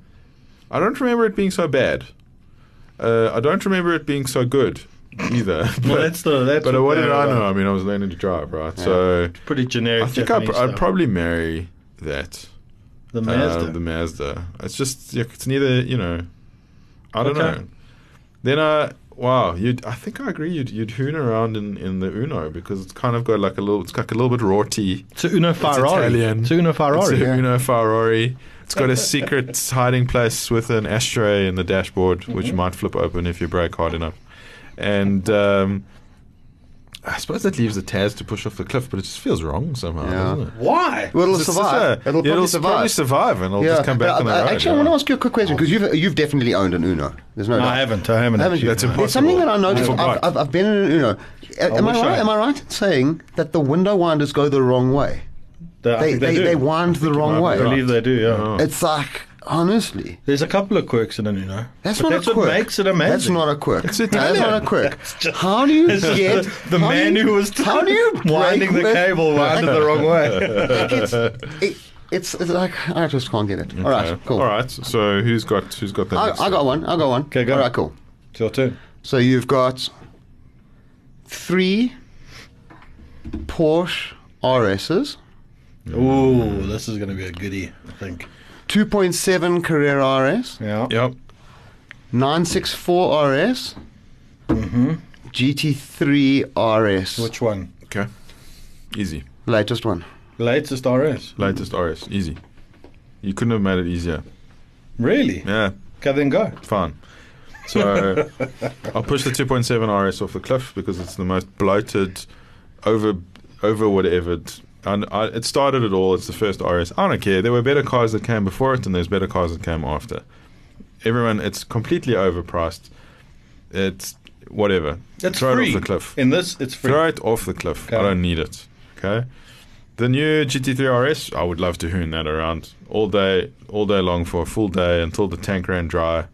Speaker 2: I don't remember it being so bad. Uh, I don't remember it being so good either. but
Speaker 4: Well, that's the. That's
Speaker 2: but what did I
Speaker 4: they're
Speaker 2: know?
Speaker 4: about.
Speaker 2: I mean, I was learning to drive, right? So
Speaker 4: Pretty generic.
Speaker 2: I think I'd,
Speaker 4: Japanese
Speaker 2: pr- I'd
Speaker 4: stuff.
Speaker 2: probably marry that.
Speaker 4: the
Speaker 2: Uh,
Speaker 4: Mazda.
Speaker 2: the Mazda. It's just yeah, it's neither you know. I don't
Speaker 4: Okay.
Speaker 2: know. Then I wow, you I think I agree. You'd you'd hoon around in, in the Uno because it's kind of got like a little. It's like a little bit raughty.
Speaker 4: it's a Uno Ferrari.
Speaker 2: Italian.
Speaker 4: It's a Uno Ferrari.
Speaker 2: It's a Uno Ferrari. It's got a secret hiding place with an ashtray in the dashboard,
Speaker 4: Mm-hmm.
Speaker 2: which might flip open if you brake hard enough. And um, I suppose that leaves the Taz to push off the cliff, but it just feels wrong somehow,
Speaker 3: Yeah.
Speaker 2: doesn't it?
Speaker 4: Why?
Speaker 3: Well, it'll
Speaker 2: It's just
Speaker 3: survive.
Speaker 2: a-
Speaker 3: it'll probably survive.
Speaker 2: probably survive, and it'll
Speaker 3: yeah.
Speaker 2: just come back
Speaker 3: But,
Speaker 2: on the
Speaker 3: uh,
Speaker 2: road.
Speaker 3: Actually, I
Speaker 2: yeah.
Speaker 3: want to ask you a quick question because you've you've definitely owned an Uno. There's no.
Speaker 4: No,
Speaker 3: doubt.
Speaker 4: I haven't. I haven't.
Speaker 3: Haven't
Speaker 4: actually.
Speaker 3: you?
Speaker 2: That's impossible.
Speaker 3: There's something that I noticed.
Speaker 2: I
Speaker 3: I've,
Speaker 2: forgot.
Speaker 3: I've, I've been in an Uno. A- Am I,
Speaker 4: wish I
Speaker 3: right?
Speaker 4: had.
Speaker 3: Am I right in saying that the window winders go the wrong way?
Speaker 4: They, I
Speaker 3: They
Speaker 4: think
Speaker 3: they,
Speaker 4: do.
Speaker 3: they wind the wrong
Speaker 4: I
Speaker 3: way.
Speaker 4: believe they do. Yeah.
Speaker 2: Oh.
Speaker 3: It's like honestly.
Speaker 4: There's a couple of quirks in an Uno.
Speaker 3: That's
Speaker 4: but
Speaker 3: not
Speaker 4: that's
Speaker 3: a quirk.
Speaker 4: what makes it amazing.
Speaker 3: That's not a quirk.
Speaker 2: It's
Speaker 3: No, That's
Speaker 2: Italian.
Speaker 3: not a quirk.
Speaker 4: just-
Speaker 3: how do you
Speaker 4: It's just
Speaker 3: get
Speaker 4: the, the
Speaker 3: how do
Speaker 4: man
Speaker 3: you-
Speaker 4: who was
Speaker 3: how do you break
Speaker 4: winding the
Speaker 3: with-
Speaker 4: cable winded the wrong way.
Speaker 3: Like it's, it, it's, it's like I just can't get it. All
Speaker 2: Okay.
Speaker 3: right, cool.
Speaker 2: All right. So who's got who's got that?
Speaker 3: I,
Speaker 2: next
Speaker 3: I got
Speaker 2: one?
Speaker 3: one. I got one.
Speaker 4: Okay, go.
Speaker 3: All right, cool.
Speaker 4: it's your turn.
Speaker 3: So you've got three Porsche RSs,
Speaker 2: Mm.
Speaker 4: Ooh, this is going to be a goodie. I think.
Speaker 3: 2.7 Carrera RS,
Speaker 4: Yeah.
Speaker 2: Yep.
Speaker 3: 964 RS, GT3 RS,
Speaker 4: Mm-hmm. Which one?
Speaker 2: Okay. Easy.
Speaker 3: latest one.
Speaker 4: Latest RS.
Speaker 2: Latest RS. Easy. You couldn't have made it easier.
Speaker 4: Really?
Speaker 2: Yeah,
Speaker 4: Okay, then go.
Speaker 2: fine. So I'll push the 2.7 RS off the cliff because it's the most bloated, over, over whatever. And I, it started it all. It's the first RS. I don't care. There were better cars that came before it, and there's better cars that came after. Everyone, it's completely overpriced. It's whatever.
Speaker 4: It's
Speaker 2: Throw
Speaker 4: free.
Speaker 2: it off the cliff.
Speaker 4: In this, it's free.
Speaker 2: Throw it off the cliff. I
Speaker 4: Okay.
Speaker 2: don't need it. Okay. The new GT3 RS, I would love to hoon that around all day, all day long for a full day until the tank ran dry.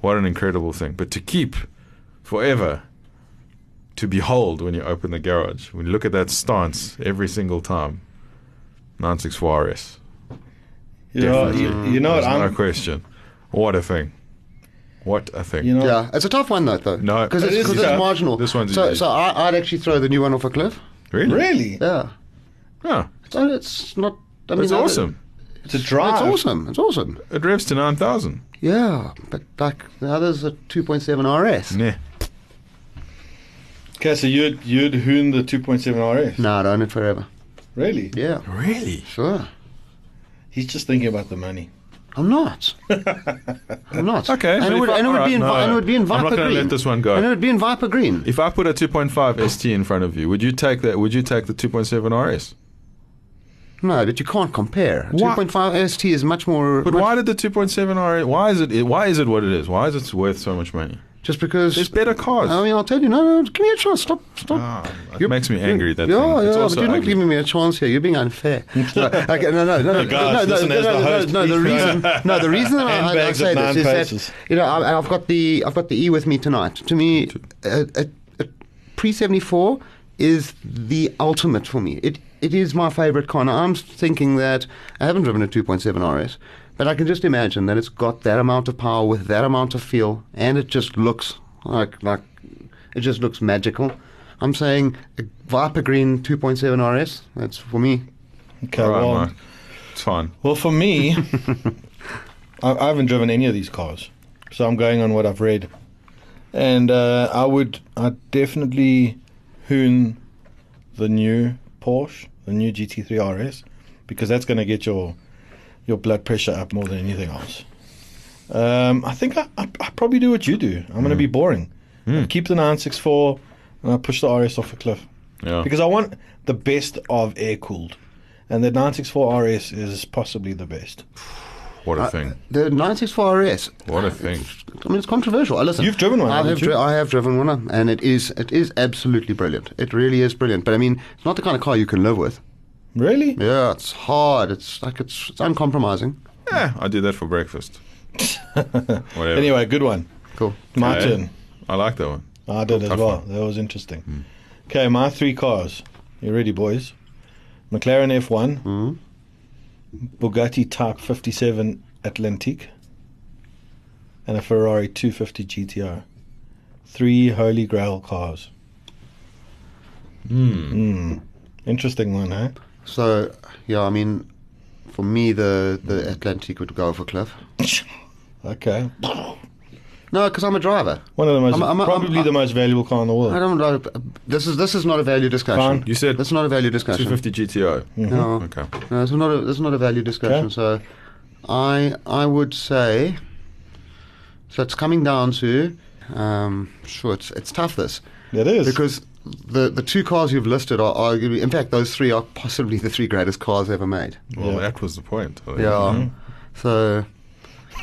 Speaker 2: What an incredible thing! But to keep forever, to behold when you open the garage, when you look at that stance every single time. 964 RS,
Speaker 4: You know, you, you know what?
Speaker 2: There's no
Speaker 4: I'm,
Speaker 2: question. What a thing! What a thing!
Speaker 4: you know,
Speaker 3: Yeah, it's a tough one though, though.
Speaker 2: No.
Speaker 3: because
Speaker 2: It
Speaker 3: it's,
Speaker 4: is
Speaker 3: 'cause it's
Speaker 4: tough.
Speaker 3: marginal.
Speaker 2: This one's
Speaker 3: so,
Speaker 2: easy.
Speaker 3: so I, I'd actually throw the new one off a cliff.
Speaker 2: really?
Speaker 4: really?
Speaker 3: Yeah,
Speaker 2: Yeah,
Speaker 3: so it's not. I mean,
Speaker 2: it's
Speaker 3: other-
Speaker 2: awesome.
Speaker 4: To drive.
Speaker 3: It's awesome. It's awesome.
Speaker 2: It revs to 9,000.
Speaker 3: Yeah, but like the others are 2.7 RS.
Speaker 2: Nah.
Speaker 4: Okay, so you'd, you'd hoon the 2.7 RS.
Speaker 3: No, I'd own it forever.
Speaker 4: Really?
Speaker 3: Yeah,
Speaker 2: Really?
Speaker 3: sure.
Speaker 4: He's just thinking about the money.
Speaker 3: I'm not. I'm not.
Speaker 2: Okay,
Speaker 3: And
Speaker 2: but
Speaker 3: it, would,
Speaker 2: if I-
Speaker 3: and, it would
Speaker 2: alright,
Speaker 3: be in, Vi-
Speaker 2: no.
Speaker 3: and it would be in
Speaker 2: I'm not
Speaker 3: Viper
Speaker 2: gonna
Speaker 3: Green.
Speaker 2: let this one go.
Speaker 3: And it would be in Viper Green.
Speaker 2: If I put a 2.5 ST in front of you, would you take that? Would you take the 2.7 RS?
Speaker 3: No, but you can't compare.
Speaker 2: Why-
Speaker 3: 2.5 ST is much more.
Speaker 2: But
Speaker 3: much-
Speaker 2: why did the 2.7 RS? Why is it? Why is it what it is? Why is it worth so much money?
Speaker 3: Just because.
Speaker 2: There's better cars.
Speaker 3: I mean, I'll tell you. No, no, give me a chance. Stop. Stop.
Speaker 2: Ah, it
Speaker 3: You're-
Speaker 2: makes me angry. That
Speaker 3: yeah,
Speaker 2: thing.
Speaker 3: yeah,
Speaker 2: It's
Speaker 3: but
Speaker 2: also
Speaker 3: you're not
Speaker 2: ugly.
Speaker 3: giving me a chance here. You're being unfair. No, okay, no, no, no, no, no,
Speaker 4: Guys,
Speaker 3: no,
Speaker 4: listen,
Speaker 3: no,
Speaker 4: as the
Speaker 3: no, no,
Speaker 4: host,
Speaker 3: no, The
Speaker 4: he's
Speaker 3: reason, no, the reason that I, I, I
Speaker 4: Handbags
Speaker 3: say
Speaker 4: of
Speaker 3: this
Speaker 4: nine
Speaker 3: is
Speaker 4: faces.
Speaker 3: that you know I, I've got the I've got the E with me tonight. To me, a, a, a pre seventy four is the ultimate for me. It it is my favorite car. Now, I'm thinking that I haven't driven a two point seven RS. But I can just imagine that it's got that amount of power with that amount of feel, and it just looks like like it just looks magical. I'm saying a Viper Green 2.7 RS. That's for me.
Speaker 4: Okay,
Speaker 2: All right,
Speaker 4: well,
Speaker 2: Mark. It's fine.
Speaker 4: Well, for me, I, I haven't driven any of these cars, so I'm going on what I've read, and uh, I would, I definitely hoon the new Porsche, the new GT3 RS, because that's going to get your your blood pressure up more than anything else. Um, I think I, I, I probably do what you do. I'm going to be boring. I keep the 964, and I push the RS off a cliff
Speaker 2: Yeah.
Speaker 4: because I want the best of air cooled, and the 964 RS is possibly the best.
Speaker 2: what a thing.
Speaker 3: The 964 RS.
Speaker 2: What a thing.
Speaker 3: I mean, it's controversial. I listen.
Speaker 4: You've driven one,
Speaker 3: I
Speaker 4: haven't
Speaker 3: have.
Speaker 4: you?
Speaker 3: Dri- I have driven one, uh, and it is. It is absolutely brilliant. It really is brilliant. But I mean, it's not the kind of car you can live with.
Speaker 4: Really?
Speaker 3: Yeah, it's hard. It's like it's, it's uncompromising.
Speaker 2: Yeah, I do that for breakfast. Whatever.
Speaker 4: Anyway, good one.
Speaker 3: Cool.
Speaker 4: My
Speaker 2: Okay.
Speaker 4: turn.
Speaker 2: I like that one.
Speaker 4: I did as
Speaker 2: Tough
Speaker 4: well.
Speaker 2: one. Hmm.
Speaker 4: That was interesting. Okay, my three cars. You ready, boys? McLaren F1,
Speaker 2: Hmm.
Speaker 4: Bugatti Type 57 Atlantique, and a Ferrari 250 GTR. Three holy grail cars.
Speaker 2: Hmm.
Speaker 4: Mm. Interesting one, huh?
Speaker 3: So yeah, I mean, for me, the the Atlantic would go for Cliff.
Speaker 4: Okay.
Speaker 3: No, because I'm a driver.
Speaker 4: One of the most,
Speaker 3: I'm- I'm- I'm-
Speaker 4: probably the most valuable car in the
Speaker 3: I
Speaker 4: world.
Speaker 3: don't know. This is this is not a value discussion.
Speaker 4: Fine.
Speaker 2: You said
Speaker 3: That's not a value discussion.
Speaker 2: 250 GTO.
Speaker 3: No.
Speaker 2: Mm-hmm. Okay.
Speaker 3: No, it's not a it's not a value discussion.
Speaker 4: Okay.
Speaker 3: So, I I would say. So it's coming down to, um, sure, it's it's tough this
Speaker 4: It is.
Speaker 3: because the the two cars you've listed are arguably, in fact, those three are possibly the three greatest cars ever made.
Speaker 2: Well,
Speaker 4: Yeah.
Speaker 2: that was the point. I think.
Speaker 3: Yeah. So,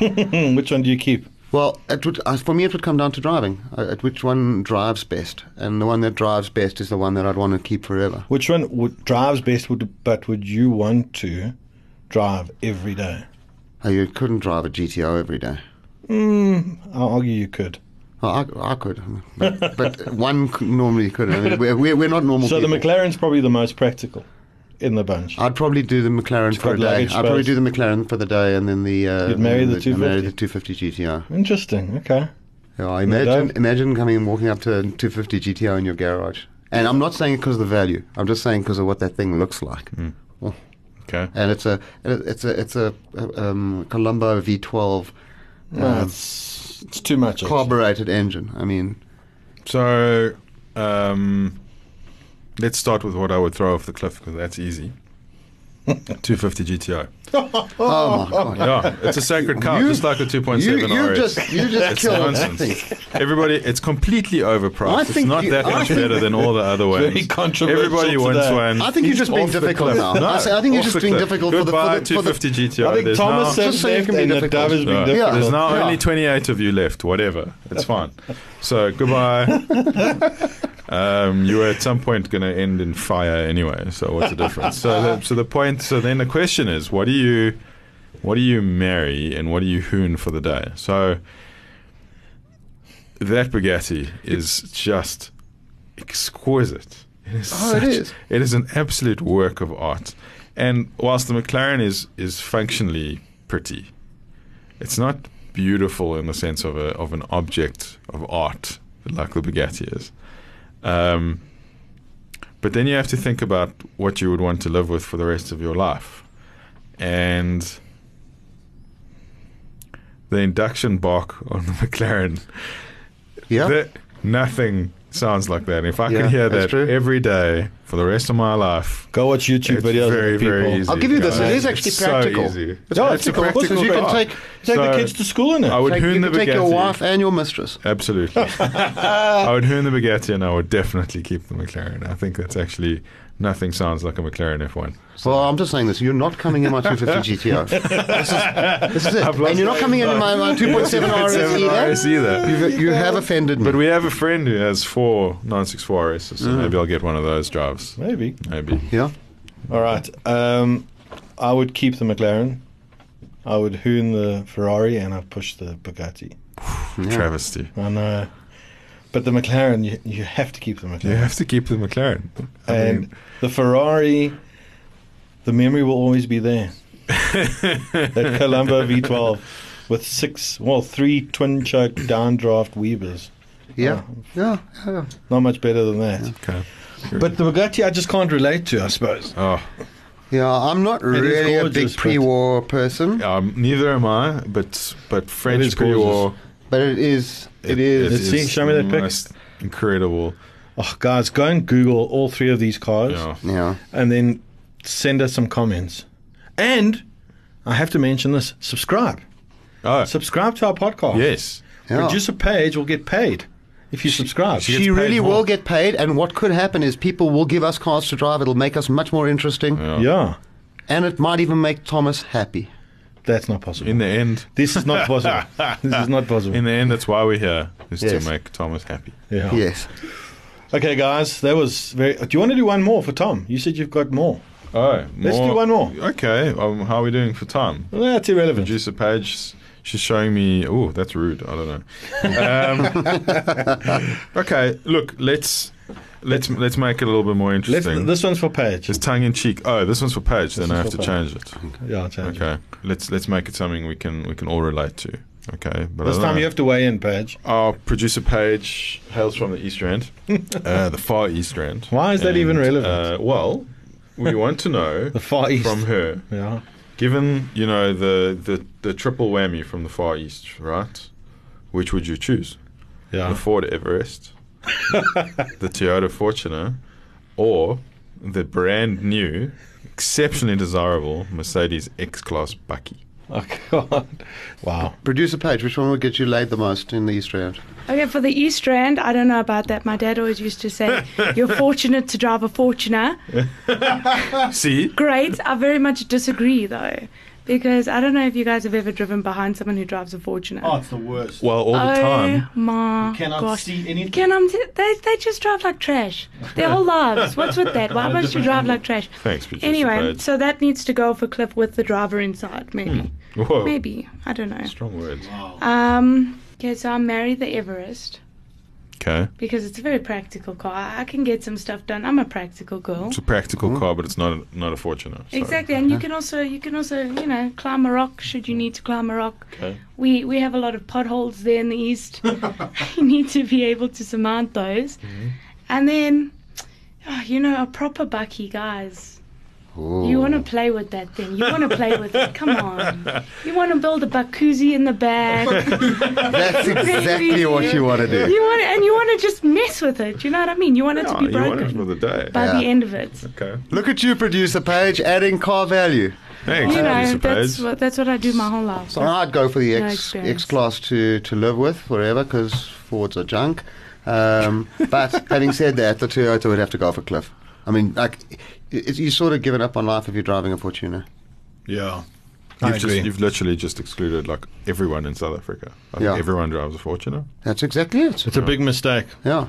Speaker 4: Hmm, which one do you keep?
Speaker 3: well, it would uh, for me it would come down to driving. Uh, at which one drives best, and the one that drives best is the one that I'd want to keep forever.
Speaker 4: Which one would, drives best? Would but would you want to drive every day?
Speaker 3: Uh, You couldn't drive a GTO every day.
Speaker 4: I'll argue you could.
Speaker 3: Well, I, I could, but, but one c- normally could. I mean, we're, we're, we're not normal.
Speaker 4: So the
Speaker 3: people.
Speaker 4: McLaren's probably the most practical in the bunch.
Speaker 3: I'd probably do the McLaren for a
Speaker 4: got
Speaker 3: day.
Speaker 4: luggage
Speaker 3: I'd probably
Speaker 4: space.
Speaker 3: do the McLaren for the day, and then the uh,
Speaker 4: You'd marry the
Speaker 3: and I'd marry the 250 GTR.
Speaker 4: Interesting. Okay.
Speaker 3: Ah. Yeah, imagine
Speaker 4: don't.
Speaker 3: imagine coming and walking up to a 250 GTR in your garage. And I'm not saying it because of the value. I'm just saying because of what that thing looks like.
Speaker 4: Hmm.
Speaker 2: Okay.
Speaker 3: And it's a and it- it's a it's a uh, um, Colombo V12
Speaker 4: No, it's, it's too much. actually.
Speaker 3: Carbureted engine. I mean,
Speaker 2: So, um, let's start with what I would throw off the cliff because that's easy. 250 GTI.
Speaker 3: oh, my god.
Speaker 2: Yeah, it's a sacred cow,
Speaker 3: You-
Speaker 2: just like a 2.7
Speaker 3: You, you
Speaker 2: RS.
Speaker 3: just you just
Speaker 2: it's
Speaker 3: killed that
Speaker 2: nonsense.
Speaker 3: thing.
Speaker 2: Everybody, it's completely overpriced.
Speaker 3: I
Speaker 2: it's
Speaker 3: think
Speaker 2: not
Speaker 3: you-
Speaker 2: that
Speaker 3: I
Speaker 2: much
Speaker 3: think-
Speaker 2: better than all the other ones.
Speaker 4: very controversial
Speaker 2: Everybody wants
Speaker 4: today.
Speaker 2: one.
Speaker 3: I think you're just being
Speaker 2: Off the
Speaker 3: difficult
Speaker 2: cliff.
Speaker 3: now.
Speaker 2: No,
Speaker 3: I, say- I think you're
Speaker 2: off
Speaker 3: just
Speaker 2: the
Speaker 3: being
Speaker 2: cliff.
Speaker 3: difficult for the,
Speaker 2: Goodbye,
Speaker 3: for the, for the
Speaker 2: 250 GTI.
Speaker 4: I think
Speaker 2: There's
Speaker 4: Thomas
Speaker 2: now-
Speaker 4: said
Speaker 3: Just saying
Speaker 4: left
Speaker 3: it's
Speaker 4: and
Speaker 3: been
Speaker 4: the
Speaker 3: difficult.
Speaker 4: dove has been
Speaker 2: No,
Speaker 4: difficult.
Speaker 2: There's now
Speaker 3: Yeah.
Speaker 2: only 28 of you left. Whatever. It's fine. So, goodbye. um, you were at some point going to end in fire anyway. So, what's the difference? so, the, so, the point, so then the question is what do you. What do you marry and what do you hoon for the day? So that Bugatti is just exquisite. It is
Speaker 3: Oh, it
Speaker 2: such-
Speaker 3: is.
Speaker 2: It is an absolute work of art. And whilst the McLaren is is functionally pretty, it's not beautiful in the sense of a of an object of art like the Bugatti is. Um, but then you have to think about what you would want to live with for the rest of your life, and the induction bark on the McLaren
Speaker 3: yeah.
Speaker 2: that nothing sounds like that. If I
Speaker 3: Yeah,
Speaker 2: could hear
Speaker 3: that's
Speaker 2: that
Speaker 3: true.
Speaker 2: every day for the rest of my life,
Speaker 4: Go watch YouTube
Speaker 2: it's
Speaker 4: videos. of
Speaker 2: very,
Speaker 4: people.
Speaker 2: very easy.
Speaker 3: I'll give you this. It
Speaker 2: guys.
Speaker 3: is actually
Speaker 2: It's
Speaker 3: practical.
Speaker 2: So easy.
Speaker 3: It's practical. Of course, you can
Speaker 2: car.
Speaker 3: take-
Speaker 4: Take the
Speaker 2: So
Speaker 4: kids to school in it.
Speaker 2: I would
Speaker 3: Take-
Speaker 2: hoon
Speaker 3: you
Speaker 2: the
Speaker 3: can take your
Speaker 2: Bugatti.
Speaker 3: wife and your mistress.
Speaker 2: Absolutely. I would hoon the Bugatti and I would definitely keep the McLaren. I think that's actually nothing sounds like a McLaren F1.
Speaker 3: Well, I'm just saying this. You're not coming in my 250 GTR. This is, this is it.
Speaker 2: I've lost
Speaker 3: And you're not coming in my, my 2.7 RS
Speaker 2: 2.7
Speaker 3: either.
Speaker 2: RS either.
Speaker 3: E, You've, you have offended me.
Speaker 2: E. But we have a friend who has four 964 RSs,
Speaker 3: Mm.
Speaker 2: so maybe I'll get one of those drives.
Speaker 4: Maybe.
Speaker 2: Maybe.
Speaker 3: yeah.
Speaker 4: All right. Um, I would keep the McLaren. I would hoon the Ferrari and I'd push the Bugatti.
Speaker 2: Travesty.
Speaker 4: I know. But the McLaren, you, you have to keep the McLaren.
Speaker 2: You have to keep the McLaren. I
Speaker 4: and
Speaker 2: mean,
Speaker 4: the Ferrari, the memory will always be there. that Colombo V12 with six, well, three twin choke downdraft Weavers.
Speaker 3: Yeah. Yeah. yeah.
Speaker 4: Not much better than that.
Speaker 2: okay.
Speaker 4: But the Bugatti, I just can't relate to, I suppose.
Speaker 2: Oh,
Speaker 3: Yeah, I'm not really a
Speaker 4: gorgeous,
Speaker 3: big
Speaker 4: but-
Speaker 3: pre-war person,
Speaker 2: um, neither am I. But but French
Speaker 4: is
Speaker 2: pre-war,
Speaker 4: gorgeous.
Speaker 3: but it is it is
Speaker 4: Let's see, show me that pic.
Speaker 2: most Incredible.
Speaker 4: Oh, guys, go and Google all three of these cars
Speaker 2: Yeah.
Speaker 3: yeah.
Speaker 4: and then send us some comments. And I have to mention this subscribe.
Speaker 2: Oh,
Speaker 4: Subscribe to our podcast.
Speaker 2: yes.
Speaker 3: yeah.
Speaker 4: Produce a page, we'll get paid if you subscribe.
Speaker 2: she gets
Speaker 3: she
Speaker 2: paid
Speaker 3: really
Speaker 2: more.
Speaker 3: will get paid, and what could happen is people will give us cars to drive. It'll make us much more interesting,
Speaker 4: yeah,
Speaker 3: and it might even make Thomas happy.
Speaker 4: that's not possible.
Speaker 2: In the end,
Speaker 4: This is not possible. this is not possible.
Speaker 2: in the end, that's why we're here is
Speaker 3: Yes.
Speaker 2: to make Thomas happy.
Speaker 4: yeah.
Speaker 3: Yes.
Speaker 4: Okay, guys, that was very. Do you want to do one more for Tom? You said you've got more.
Speaker 2: Oh,
Speaker 4: Let's do one more.
Speaker 2: Okay. Um, how are we doing for time?
Speaker 4: Well, that's irrelevant.
Speaker 2: Producer Page, she's showing me. Oh, that's rude. I don't know. Um, okay. Look, let's let's let's make it a little bit more
Speaker 4: Let's,
Speaker 2: interesting.
Speaker 4: this one's for Paige.
Speaker 2: It's tongue in cheek. Oh, this one's for Page. Then I have
Speaker 4: one's
Speaker 2: to
Speaker 4: for
Speaker 2: change it.
Speaker 4: yeah, I'll change it.
Speaker 2: Okay, let's let's make it something we can we can all relate to. Okay, but
Speaker 4: This
Speaker 2: I don't
Speaker 4: time
Speaker 2: know.
Speaker 4: you have to weigh in, Paige.
Speaker 2: our producer Paige hails from the East End, uh, the Far East End.
Speaker 4: Why is that even relevant?
Speaker 2: Uh, well, we want to know
Speaker 4: The Far East.
Speaker 2: from her,
Speaker 4: Yeah.
Speaker 2: given you know the, the the triple whammy from the Far East, right? Which would you choose?
Speaker 4: Yeah.
Speaker 2: The Ford Everest, the Toyota Fortuner, or the brand new, exceptionally desirable Mercedes X-Class Bucky.
Speaker 4: Oh, God. Wow.
Speaker 3: Producer Page, which one would get you laid the most in the East Round?
Speaker 1: Okay, for the East Rand, I don't know about that. My dad always used to say, You're fortunate to drive a Fortuner.
Speaker 2: See,
Speaker 1: Great. I very much disagree, though, because I don't know if you guys have ever driven behind someone who drives a Fortuner.
Speaker 4: it's the worst.
Speaker 2: Well, all Oh, the time.
Speaker 1: Oh my
Speaker 4: cannot
Speaker 1: gosh.
Speaker 4: see anything.
Speaker 1: Can I, they, they just drive like trash. Their whole lives. What's with that? Why must you drive like trash?
Speaker 2: Thanks, producer.
Speaker 1: Anyway,
Speaker 2: Page.
Speaker 1: so that needs to go for Cliff with the driver inside, maybe.
Speaker 2: Whoa.
Speaker 1: Maybe. I don't know.
Speaker 2: Hmm. Strong words.
Speaker 1: Um, okay, so I married the Everest
Speaker 2: Okay.
Speaker 1: because it's a very practical car. I I can get some stuff done. I'm a practical girl.
Speaker 2: It's a practical Uh-huh. car, but it's not a, not a Fortuner. so-
Speaker 1: Exactly, and you can also you can also you know climb a rock should you need to climb a rock.
Speaker 2: Okay.
Speaker 1: We we have a lot of potholes there in the east. you need to be able to surmount
Speaker 2: Mm-hmm.
Speaker 1: those, and then oh, you know a proper bucky, guys. You want to play with that thing. You want to play with it. Come on. You want to build a bakuzi in the back.
Speaker 3: That's exactly what you want to do.
Speaker 1: You want to, and you want to just mess with it. You know what I mean? You want it to
Speaker 2: Oh,
Speaker 1: be
Speaker 2: you want it
Speaker 1: broken
Speaker 2: for the day.
Speaker 1: by the
Speaker 3: Yeah.
Speaker 1: end of it.
Speaker 2: okay.
Speaker 3: Look at you, producer Page, adding car value.
Speaker 2: Thanks.
Speaker 1: You know,
Speaker 2: Mr.
Speaker 1: that's
Speaker 2: Page.
Speaker 1: what, that's what I do my whole life.
Speaker 3: So I'd go for the
Speaker 1: No
Speaker 3: X
Speaker 1: experience.
Speaker 3: X class to, to live with forever because Fords are junk. Um, but having said that, the Toyota would have to go off a cliff. I mean, like it, you sort of given up on life if you're driving a Fortuner.
Speaker 4: Yeah. I
Speaker 2: You've, just,
Speaker 4: agree.
Speaker 2: you've literally just excluded like everyone in South Africa. I think
Speaker 3: Yeah.
Speaker 2: everyone drives a Fortuner.
Speaker 3: That's exactly it.
Speaker 4: it's a big mistake
Speaker 3: Yeah,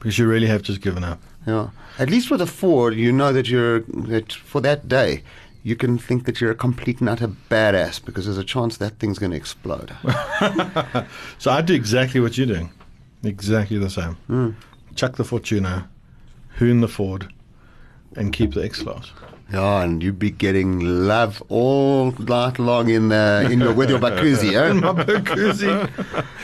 Speaker 4: because you really have just given up.
Speaker 3: yeah. At least with a Ford, you know that you're that for that day. You can think that you're a complete nut, a badass, because there's a chance that thing's going to explode.
Speaker 4: So I do exactly what you're doing. Exactly the same.
Speaker 2: Hmm.
Speaker 4: Chuck the Fortuna, hoon the Ford, and keep the X Class.
Speaker 3: yeah, and you'd be getting love all night long in the in your with your bakuzi, eh?
Speaker 4: My Bakuzi.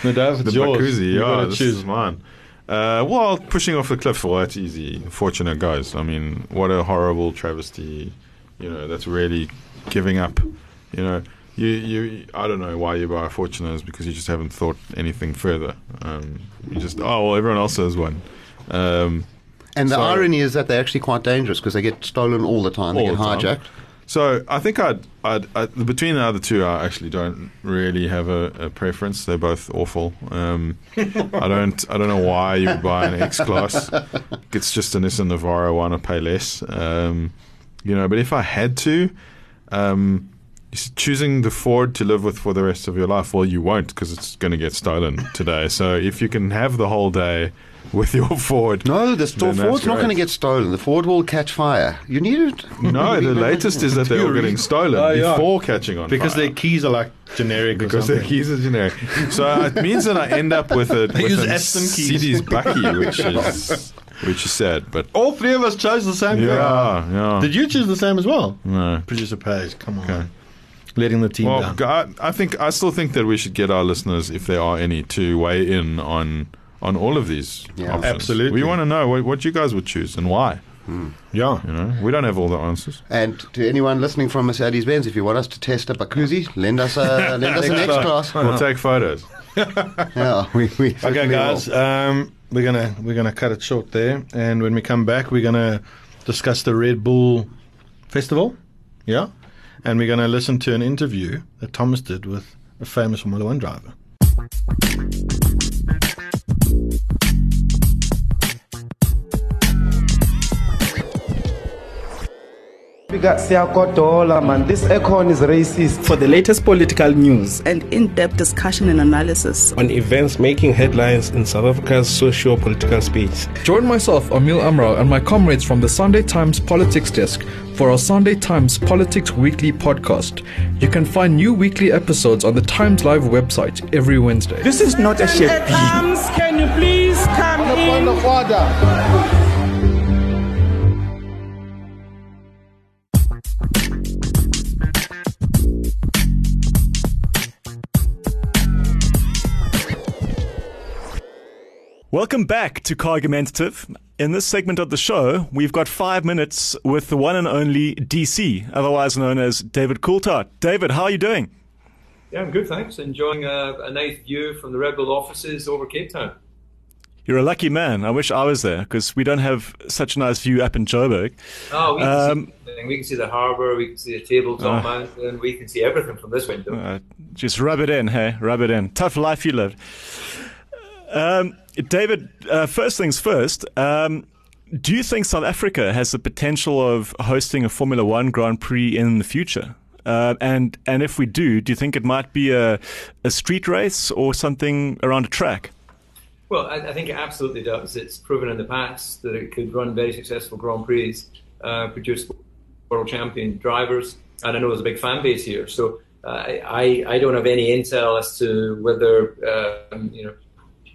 Speaker 4: Nadav,
Speaker 2: The
Speaker 4: it's yours.
Speaker 2: Bakuzi,
Speaker 4: You've got
Speaker 2: yeah,
Speaker 4: to
Speaker 2: this
Speaker 4: choose.
Speaker 2: is mine. Uh, well, pushing off the cliff, well, that's easy. Fortunate guys. I mean, what a horrible travesty. You know, that's really giving up. You know, you, you I don't know why you buy a Fortuner is because you just haven't thought anything further. Um, you just, oh, well, everyone else has one. Um,
Speaker 3: And the
Speaker 2: So-
Speaker 3: irony is that they're actually quite dangerous because they get stolen all the time. They
Speaker 2: all
Speaker 3: get
Speaker 2: the time.
Speaker 3: hijacked.
Speaker 2: So I think I'd, I'd, i between the other two, I actually don't really have a, a preference. They're both awful. Um, I don't I don't know why you would buy an X class. It's just an Nissan Navara. Why not pay less? Um, you know, but if I had to, um, s- choosing the Ford to live with for the rest of your life, well, you won't because it's going to get stolen today. So if you can have the whole day with your Ford,
Speaker 3: No, the store
Speaker 2: Then that's
Speaker 3: Ford's not
Speaker 2: great.
Speaker 3: going to get stolen. The Ford will catch fire. You need it.
Speaker 2: No, the latest is that they're all getting stolen
Speaker 4: Oh, yeah.
Speaker 2: before catching on
Speaker 4: Because
Speaker 2: fire.
Speaker 4: their keys are like generic.
Speaker 2: because
Speaker 4: or
Speaker 2: their
Speaker 4: something.
Speaker 2: keys are generic. So uh, it means that I end up with a with
Speaker 4: use
Speaker 2: an
Speaker 4: Aston keys.
Speaker 2: CD's Bucky, which is which is sad. But
Speaker 4: All three of us chose the same.
Speaker 2: yeah,
Speaker 4: thing.
Speaker 2: yeah.
Speaker 4: Did you choose the same as well?
Speaker 2: no.
Speaker 4: Producer Page, come on. Letting the team
Speaker 2: Well,
Speaker 4: down.
Speaker 2: g- I, I think I still think that we should get our listeners, if there are any, to weigh in on on all of these.
Speaker 3: Yeah.
Speaker 2: options.
Speaker 4: Absolutely. Hmm.
Speaker 2: We want to know what, what you guys would choose and why.
Speaker 4: Yeah.
Speaker 2: You know, we don't have all the answers.
Speaker 3: And to anyone listening from Mercedes Benz, if you want us to test a Bakuzi, lend us a lend us an X class.
Speaker 2: We'll take photos.
Speaker 3: Yeah, we, we
Speaker 4: Okay,
Speaker 3: certainly
Speaker 4: guys.
Speaker 3: will.
Speaker 4: Um, we're gonna we're gonna cut it short there, and when we come back, we're gonna discuss the Red Bull Festival. Yeah, and we're gonna listen to an interview that Thomas did with a famous Formula One driver.
Speaker 8: We got Siakotola, man. This aircon is racist.
Speaker 9: for the latest political news
Speaker 10: and in depth discussion and analysis.
Speaker 11: on events making headlines in South Africa's socio political space.
Speaker 9: Join myself, Amil Amrao, and my comrades from the Sunday Times Politics Desk for our Sunday Times Politics Weekly podcast. You can find new weekly episodes on the Times Live website every Wednesday.
Speaker 11: This is not a shape.
Speaker 8: Can you please come in? Point of order.
Speaker 9: Welcome back to Cargumentative. In this segment of the show, we've got five minutes with the one and only DC, otherwise known as David Coulthard. David, how are you doing?
Speaker 11: Yeah, I'm good, thanks. Enjoying uh, a, a nice view from the Red Bull offices over Cape Town.
Speaker 9: You're a lucky man. I wish I was there because we don't have such a nice view up in Joburg.
Speaker 11: Oh, we can,
Speaker 9: Um,
Speaker 11: see everything. we can see the harbour, we can see the tabletop mountain, we can see everything from this window.
Speaker 9: Uh, just rub it in, hey? Rub it in. Tough life you lived. Um, David, uh, first things first, um, do you think South Africa has the potential of hosting a Formula One Grand Prix in the future? Uh, and and if we do, do you think it might be a, a street race or something around a track?
Speaker 11: Well, I, I think it absolutely does. It's proven in the past that it could run very successful Grand Prix, uh, produce world champion drivers, and I know there's a big fan base here. So uh, I, I I don't have any intel as to whether um, you know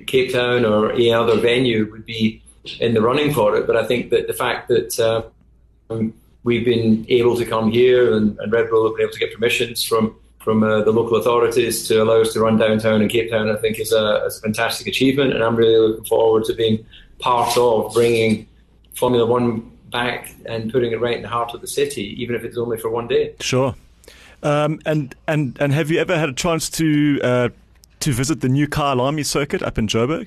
Speaker 11: Cape Town or any other venue would be in the running for it. But I think that the fact that uh, um, we've been able to come here and, and Red Bull have been able to get permissions from from uh, the local authorities to allow us to run downtown in Cape Town, I think is a, is a fantastic achievement, and I'm really looking forward to being part of bringing Formula One back and putting it right in the heart of the city, even if it's only for one day.
Speaker 2: Sure. Um, and and and have you ever had a chance to uh, to visit the new Kyle Army circuit up in Joburg?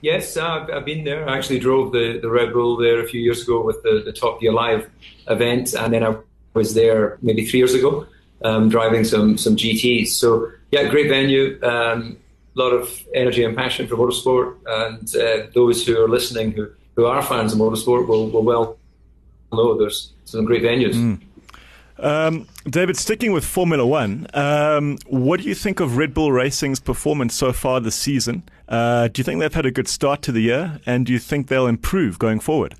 Speaker 11: Yes, I've, I've been there. I actually drove the, the Red Bull there a few years ago with the, the Top Gear Live event, and then I was there maybe three years ago um, driving some some GTs. So yeah, great venue. Um, a lot of energy and passion for motorsport, and uh, those who are listening who, who are fans of motorsport will, will well know there's some great venues.
Speaker 2: Mm. Um, David, sticking with Formula One, um, what do you think of Red Bull Racing's performance so far this season? Uh, do you think they've had a good start to the year, and do you think they'll improve going forward?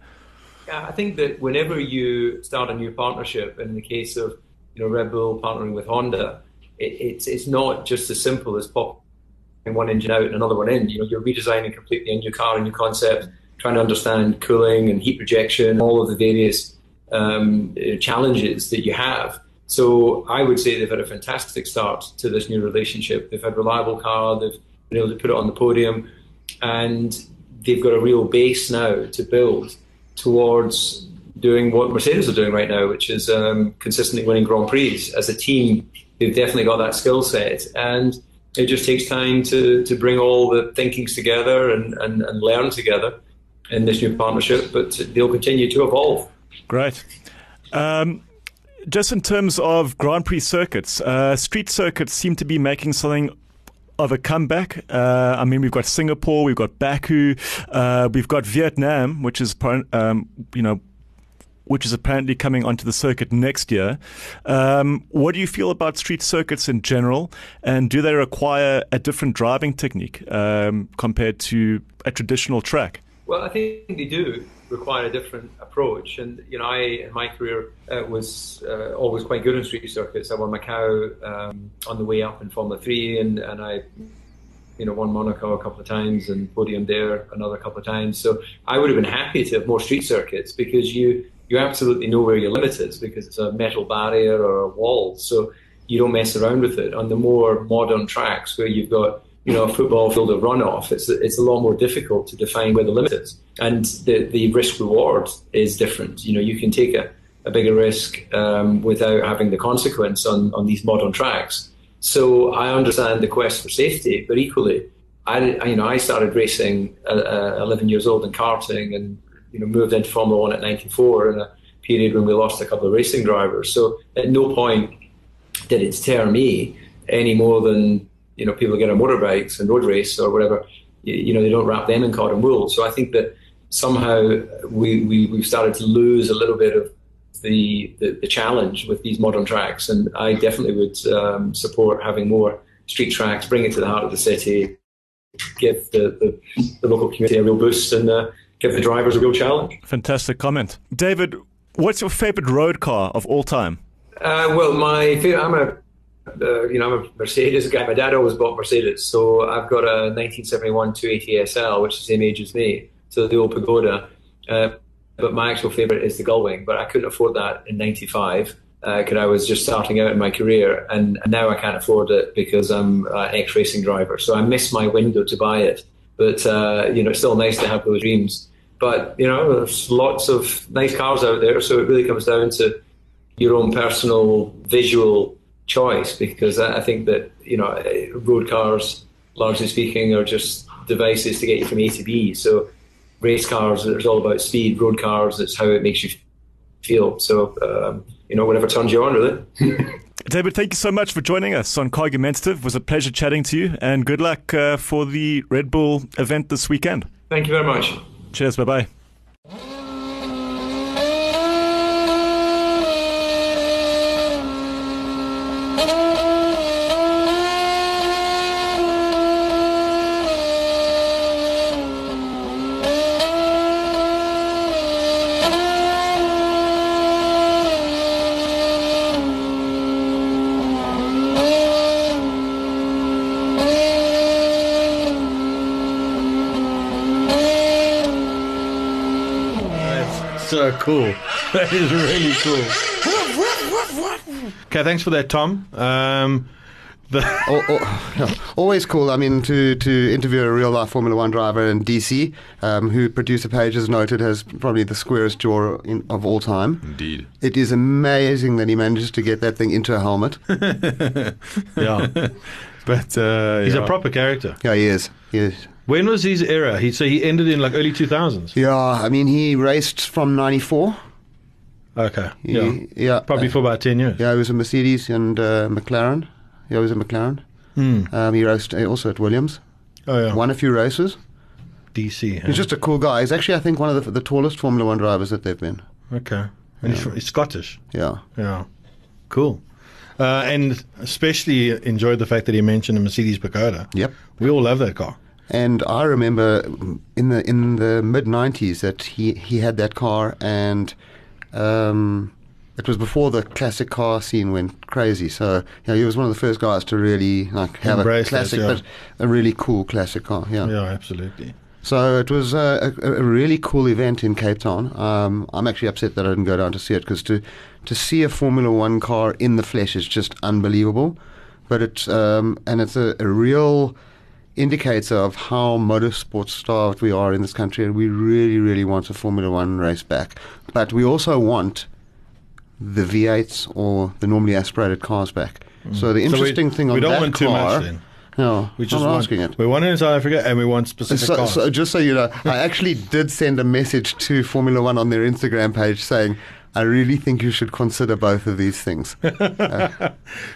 Speaker 11: Yeah, I think that whenever you start a new partnership, in the case of you know Red Bull partnering with Honda, it, it's it's not just as simple as popping one engine out and another one in. You know, you're redesigning completely a new car, a new concept, trying to understand cooling and heat rejection, all of the various um, challenges that you have. So I would say they've had a fantastic start to this new relationship. They've had a reliable car, they've been able to put it on the podium, and they've got a real base now to build towards doing what Mercedes are doing right now, which is um, consistently winning Grand Prix. As a team, they've definitely got that skill set. And it just takes time to, to bring all the thinkings together and, and, and learn together in this new partnership, but they'll continue to evolve.
Speaker 2: Great. Um, just in terms of Grand Prix circuits, uh, street circuits seem to be making something of a comeback. Uh, I mean, we've got Singapore, we've got Baku, uh, we've got Vietnam, which is um, you know, which is apparently coming onto the circuit next year. Um, what do you feel about street circuits in general, and do they require a different driving technique um, compared to a traditional track?
Speaker 11: Well, I think they do require a different approach. And you know, I in my career uh, was uh, always quite good in street circuits. I won Macau um, on the way up in Formula Three, and and I, you know, won Monaco a couple of times and podium there another couple of times. So I would have been happy to have more street circuits because you you absolutely know where your limit is because it's a metal barrier or a wall. So you don't mess around with it. On the more modern tracks where you've got you know, a football field of runoff, it's, it's a lot more difficult to define where the limit is. And the, the risk reward is different. You know, you can take a, a bigger risk um, without having the consequence on, on these modern tracks. So I understand the quest for safety, but equally, I, you know, I started racing at, uh, 11 years old in karting and, you know, moved into Formula One at 94 in a period when we lost a couple of racing drivers. So at no point did it tear me any more than you know, people get on motorbikes and road race or whatever, you, you, know, they don't wrap them in cotton wool. So I think that somehow we, we, we've started to lose a little bit of the, the, the challenge with these modern tracks. And I definitely would um, support having more street tracks, bring it to the heart of the city, give the, the, the local community a real boost and uh, give the drivers a real challenge.
Speaker 2: Fantastic comment. David, what's your favorite road car of all time?
Speaker 11: Uh, well, my favorite, I'm a uh, you know, I'm a Mercedes guy. My dad always bought Mercedes, so I've got a 1971 280 SL, which is the same age as me, so the old Pagoda. Uh, but my actual favorite is the Gullwing, but I couldn't afford that in '95 because uh, I was just starting out in my career, and, and now I can't afford it because I'm an ex-racing driver, so I missed my window to buy it. But uh, you know, it's still nice to have those dreams. But you know, there's lots of nice cars out there, so it really comes down to your own personal visual choice because I think that you know road cars, largely speaking, are just devices to get you from A to B. So race cars, it's all about speed. Road cars, it's how it makes you feel. So um, you know whatever turns you on, really.
Speaker 2: David, thank you so much for joining us on Cargumentative. It was a pleasure chatting to you, and good luck uh, for the Red Bull event this weekend.
Speaker 11: Thank you very much.
Speaker 2: Cheers. Bye bye.
Speaker 4: so cool. That is really cool. okay, thanks for that, Tom. Um,
Speaker 3: Al- al- Oh, yeah. Always cool. I mean, to, to interview a real life Formula One driver in DC, um, who producer Page has noted has probably the squarest jaw in, of all time.
Speaker 2: Indeed.
Speaker 3: It is amazing that he manages to get that thing into a helmet.
Speaker 4: Yeah.
Speaker 2: but uh,
Speaker 4: he's
Speaker 3: yeah.
Speaker 4: a proper character.
Speaker 3: Yeah, he is. He is.
Speaker 4: When was his era? He so he ended in like early two thousands.
Speaker 3: Yeah, I mean, he raced from 94.
Speaker 4: Okay.
Speaker 3: He-
Speaker 4: Yeah.
Speaker 3: yeah.
Speaker 4: Probably for about ten years.
Speaker 3: Yeah, he was a Mercedes and uh, McLaren. Yeah, he was a McLaren.
Speaker 4: Hmm.
Speaker 3: Um, he raced uh, also at Williams.
Speaker 4: Oh yeah.
Speaker 3: Won a few races.
Speaker 4: DC.
Speaker 3: He's just a cool guy. He's actually, I think, one of the, the tallest Formula One drivers that they've been.
Speaker 4: Okay. And he's, fr- he's Scottish.
Speaker 3: Yeah.
Speaker 4: Yeah. Cool. Uh, and especially enjoyed the fact that he mentioned a Mercedes Pagoda.
Speaker 3: Yep.
Speaker 4: We all love that car.
Speaker 3: And I remember in the in the mid '90s that he he had that car, and um, it was before the classic car scene went crazy. So you know, he was one of the first guys to really like have
Speaker 4: Embrace
Speaker 3: a
Speaker 4: that,
Speaker 3: classic,
Speaker 4: yeah.
Speaker 3: but a really cool classic car. Yeah.
Speaker 4: Yeah, absolutely.
Speaker 3: So it was a, a, a really cool event in Cape Town. Um, I'm actually upset that I didn't go down to see it because to to see a Formula One car in the flesh is just unbelievable. But it's um, and it's a, a real indicator of how motorsport starved we are in this country, and we really, really want a Formula One race back. But we also want the V8s or the normally aspirated cars back. So
Speaker 4: So
Speaker 3: the
Speaker 4: we-
Speaker 3: interesting thing on
Speaker 4: we don't
Speaker 3: that
Speaker 4: want too much
Speaker 3: car,
Speaker 4: then.
Speaker 3: no,
Speaker 4: We just
Speaker 3: I'm
Speaker 4: want,
Speaker 3: asking it.
Speaker 4: We want it in South Africa and we want specific
Speaker 3: So,
Speaker 4: cars.
Speaker 3: so just so you know, I actually did send a message to Formula One on their Instagram page saying, "I really think you should consider both of these things."